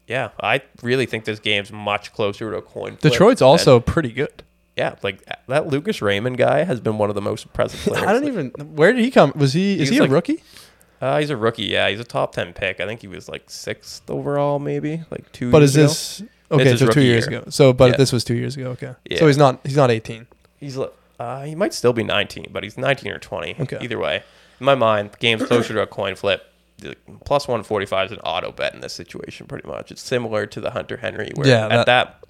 S3: yeah, I really think this game's much closer to a coin. flip
S2: Detroit's
S3: than-
S2: also pretty good.
S3: yeah, like that Lucas Raymond guy has been one of the most impressive players.
S2: I don't even. Where did he come? Was he? Is
S3: He's
S2: he a
S3: like-
S2: rookie?
S3: Uh, he's a rookie. Yeah, he's a top ten pick. I think he was like sixth overall, maybe like two.
S2: But
S3: years
S2: is
S3: ago.
S2: this okay?
S3: his
S2: so two
S3: rookie
S2: years
S3: year.
S2: ago. So, but
S3: Yeah.
S2: this was two years ago. Okay.
S3: Yeah.
S2: So he's not. He's not 18.
S3: He's li- Uh, he might still be 19, but he's 19 or 20.
S2: Okay.
S3: Either way, in my mind, the game's closer to a coin flip. The Plus 145 is an auto bet in this situation, pretty much. It's similar to the Hunter Henry, where
S2: Yeah,
S3: at that,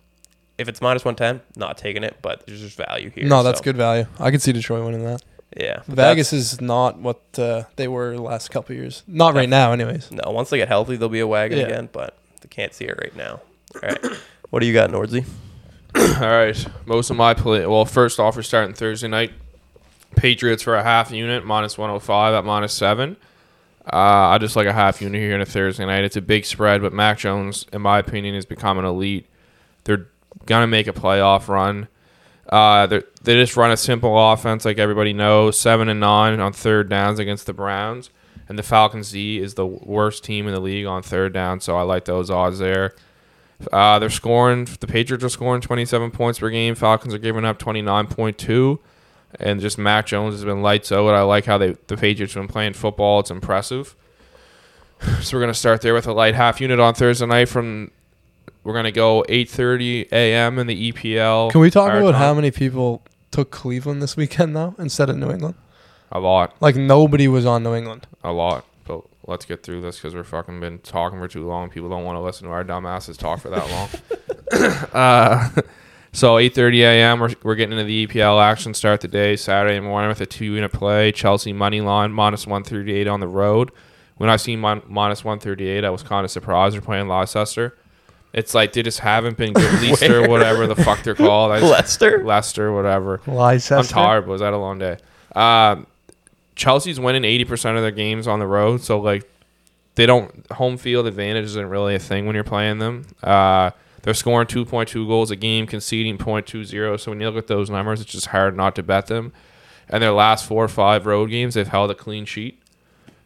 S3: if it's minus 110, not taking it, but there's just value here.
S2: No, that's
S3: so,
S2: good value. I could see Detroit winning that.
S3: Yeah. but
S2: Vegas is not what uh, they were last couple years. Not right now, anyways.
S3: that's- No, once they get healthy, they'll be a wagon
S2: Yeah.
S3: again, but they can't see it right now. All right. What do you got, Nordsey?
S1: All right. Most of my play. Well, first off, we're starting Thursday night. Patriots for a half unit, minus 105 at minus seven. Uh, I just like a half unit here on a Thursday night. It's a big spread, but Mac Jones, in my opinion, is becoming elite. They're going to make a playoff run. Uh, they're- they just run a simple offense, like everybody knows, seven and nine on third downs against the Browns, and the Falcons D is the worst team in the league on third down. So I like those odds there. Uh, they're scoring. The Patriots are scoring 27 points per game. Falcons are giving up 29.2, and just Mac Jones has been lights out. I like how they the Patriots have been playing football. It's impressive. So we're gonna start there with a light half unit on Thursday night. From we're gonna go 8:30 a.m. in the EPL.
S2: Can we talk
S1: Our
S2: about how
S1: time.
S2: many people took Cleveland this weekend though instead of New England?
S1: A lot,
S2: Like nobody was on New England.
S1: a lot. But let's get through this because we're fucking been talking for too long. People don't want to listen to our dumb asses talk for that long. Uh, so 8:30 a.m. We're, we're getting into the EPL action. Start the day Saturday morning with a two-unit play. Chelsea money line minus 138 on the road. When I seen min- minus 138, I was kind of surprised. They're playing Leicester. It's like they just haven't been good. Leicester, whatever the fuck they're called. I just-
S3: Lester?
S1: Leicester, whatever.
S2: Leicester.
S1: I'm tired, boys. I had a long day. Um, Chelsea's winning 80% of their games on the road, so like they don't home field advantage isn't really a thing when you're playing them. Uh, they're scoring 2.2 goals a game, conceding 0.20. So when you look at those numbers, it's just hard not to bet them. And their last four or five road games, they've held a clean sheet.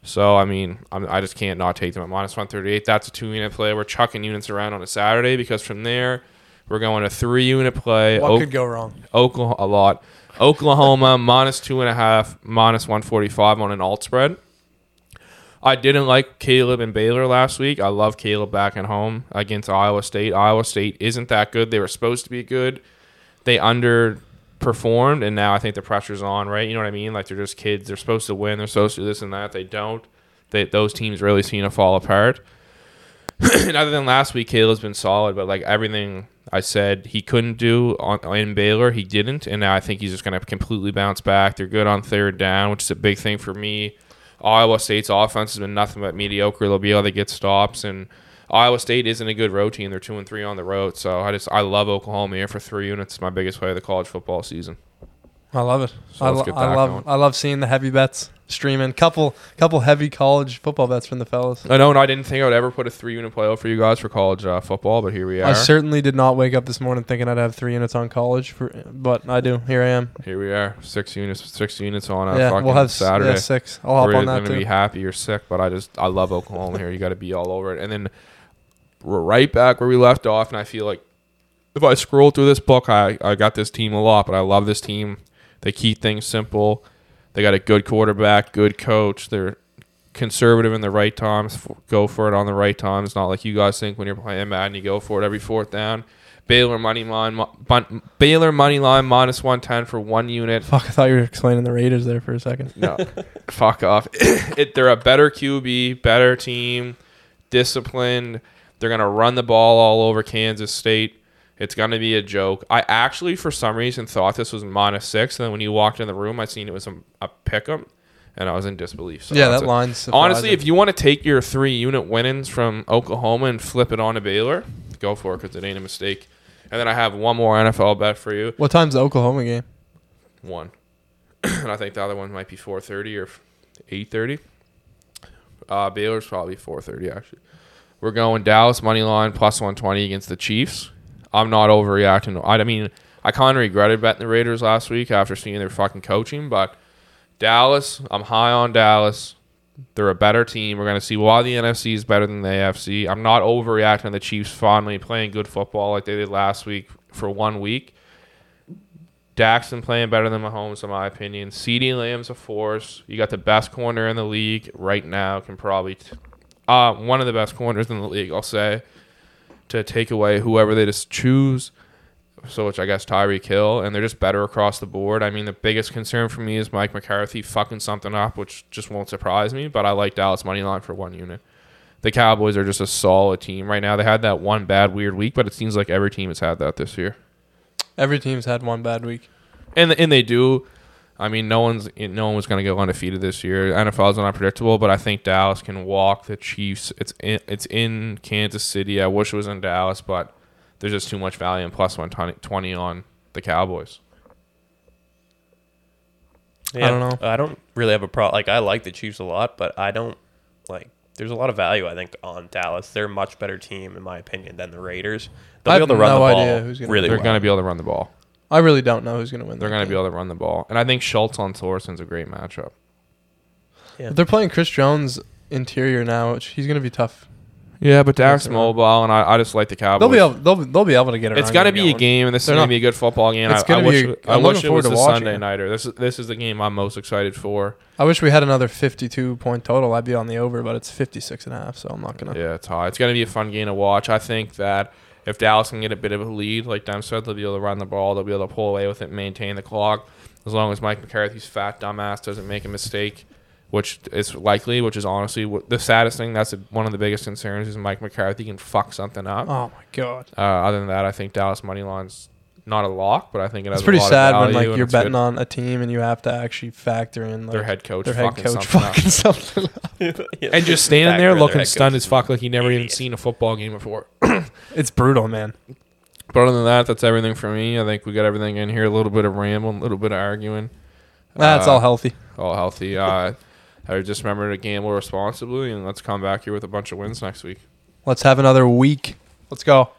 S1: So I mean, I'm, I just can't not take them at minus 138. That's a two-unit play. We're chucking units around on a Saturday because from there we're going to three-unit play.
S2: What
S1: Oak-
S2: could go wrong?
S1: Oklahoma a lot. Oklahoma minus two and a half, minus one forty five on an alt spread. I didn't like Caleb and Baylor last week. I love Caleb back at home against Iowa State. Iowa State isn't that good. They were supposed to be good. They underperformed, and now I think the pressure's on. Right? You know what I mean? Like they're just kids. They're supposed to win. They're supposed to do this and that. They don't. They, those teams really seem to fall apart and other than last week, Caleb's been solid, but like everything I said he couldn't do on in Baylor, he didn't, and now I think he's just going to completely bounce back. They're good on third down, which is a big thing for me. Iowa State's offense has been nothing but mediocre. They'll be able to get stops, and Iowa State isn't a good road team. They're two and three on the road, so I just I love Oklahoma here for three units. My biggest play of the college football season.
S2: I love it.
S1: So
S2: I,
S1: let's
S2: lo-
S1: get
S2: I
S1: back
S2: love
S1: on.
S2: I love seeing the heavy bets streaming. Couple couple heavy college football bets from the fellas.
S1: I know, and I didn't think I would ever put a three unit play out for you guys for college uh, football, but here we are.
S2: I certainly did not wake up this morning thinking I'd have three units on college, for, but I do. Here I am.
S1: here we are. Six units, six units on a
S2: yeah,
S1: fucking
S2: we'll have s-
S1: Saturday.
S2: yeah, six. I'll hop
S1: we're
S2: on that
S1: gonna be
S2: too.
S1: happy you're sick, but I just I love Oklahoma here. You got to be all over it, and then we're right back where we left off. And I feel like if I scroll through this book, I I got this team a lot, but I love this team. They keep things simple. They got a good quarterback, good coach. They're conservative in the right times. f- Go for it on the right times. not like you guys think when you're playing Madden, you go for it every fourth down. Baylor money line, mo- bun- Baylor money line minus one ten for one unit.
S2: Fuck, I thought you were explaining the Raiders there for a second.
S1: No, fuck off. it, they're a better QB, better team, disciplined. They're gonna run the ball all over Kansas State. It's gonna be a joke. I actually, for some reason, thought this was minus six. And then when you walked in the room, I seen it was a, a pick'em, and I was in disbelief. So
S2: yeah,
S1: that's
S2: that
S1: it.
S2: line's
S1: Honestly,
S2: surprising.
S1: if you want to take your three unit winnings from Oklahoma and flip it on to Baylor, go for it because it ain't a mistake. And then I have one more NFL bet for you.
S2: what time's the Oklahoma game?
S1: one, and I think the other one might be four thirty or eight thirty. Uh, Baylor's probably four thirty actually. We're going Dallas money line plus one twenty against the Chiefs. I'm not overreacting. I, I mean, I kind of regretted betting the Raiders last week after seeing their fucking coaching, but Dallas, I'm high on Dallas. They're a better team. We're going to see why the NFC is better than the AFC. I'm not overreacting to the Chiefs finally playing good football like they did last week for one week. Daxton playing better than Mahomes, in my opinion. CeeDee Lamb's a force. You got the best corner in the league right now, can probably, t- uh, one of the best corners in the league, I'll say, to take away whoever they just choose. so which I guess Tyreek Hill, and they're just better across the board. I mean, the biggest concern for me is Mike McCarthy fucking something up, which just won't surprise me. But I like Dallas money line for one unit. The Cowboys are just a solid team right now. They had that one bad weird week, but it seems like every team has had that this year,
S2: Every team's had one bad week.
S1: and and they do. I mean, no one's no one was going to go undefeated this year. NFL's not predictable, but I think Dallas can walk the Chiefs. It's in, it's in Kansas City. I wish it was in Dallas, but there's just too much value in plus one twenty on the Cowboys.
S2: I don't
S3: know. I don't really have a problem. Like I like the Chiefs a lot, but I don't like. There's a lot of value I think on Dallas. They're a much better team in my opinion than the Raiders. They'll
S2: I
S3: be able to
S2: have
S3: run
S2: no
S3: the ball
S2: idea who's gonna-
S3: really
S1: They're
S3: well.
S1: going to be able to run the ball.
S2: I really don't know who's going to win.
S1: They're going to be able to run the ball, and I think Schultz on Sorensen's a great matchup.
S3: to-
S2: They're playing Chris Jones interior now, which he's going to be tough.
S1: Yeah, but
S2: Dak's
S1: Dak's mobile, and I, I just like the Cowboys.
S2: They'll be able. They'll, they'll be able to get around.
S1: it's going to
S2: and
S1: be a
S2: going.
S1: game, and this
S2: They're
S1: is going
S2: not-
S1: to be a good football game.
S2: It's
S1: I,
S2: gonna
S1: I wish,
S2: be a-
S1: it- I
S2: I'm
S1: wish
S2: looking
S1: it was
S2: forward
S1: a
S2: to watching
S1: Sunday
S2: it.
S1: nighter. This is this is the game I'm most excited for.
S2: I wish we had another 52 point total. I'd be on the over, but it's 56 and a half, so I'm not gonna.
S1: Yeah, it's hot. It's going to be a fun game to watch. I think that if Dallas can get a bit of a lead, like Dem said, they'll be able to run the ball. They'll be able to pull away with it, maintain the clock, as long as Mike McCarthy's fat dumbass doesn't make a mistake, which is likely. Which is honestly wh- the saddest thing. That's one of the biggest concerns is Mike McCarthy can fuck something up.
S2: Oh my god,
S1: Uh, other than that, I think Dallas money line's not a lock, but I think it has.
S2: it's pretty
S1: a lot
S2: sad
S1: of
S2: when
S1: value
S2: like
S1: and
S2: you're
S1: it's good.
S2: betting on a team and you have to actually factor in like,
S1: their head coach.
S2: their head
S1: fucking
S2: coach
S1: something up.
S2: fucking something.
S3: Yeah.
S1: and just standing
S3: Back
S1: there
S3: for their
S1: looking
S3: head
S1: stunned
S3: coach.
S1: as fuck, like he never even
S3: Idiot.
S1: seen a football game before.
S2: It's brutal, man.
S1: But other than that, that's everything for me. I think we got everything in here. A little bit of rambling, a little bit of arguing.
S2: That's
S1: Uh,
S2: all healthy.
S1: All healthy. Uh, I just remember to gamble responsibly, and let's come back here with a bunch of wins next week.
S2: Let's have another week. Let's go.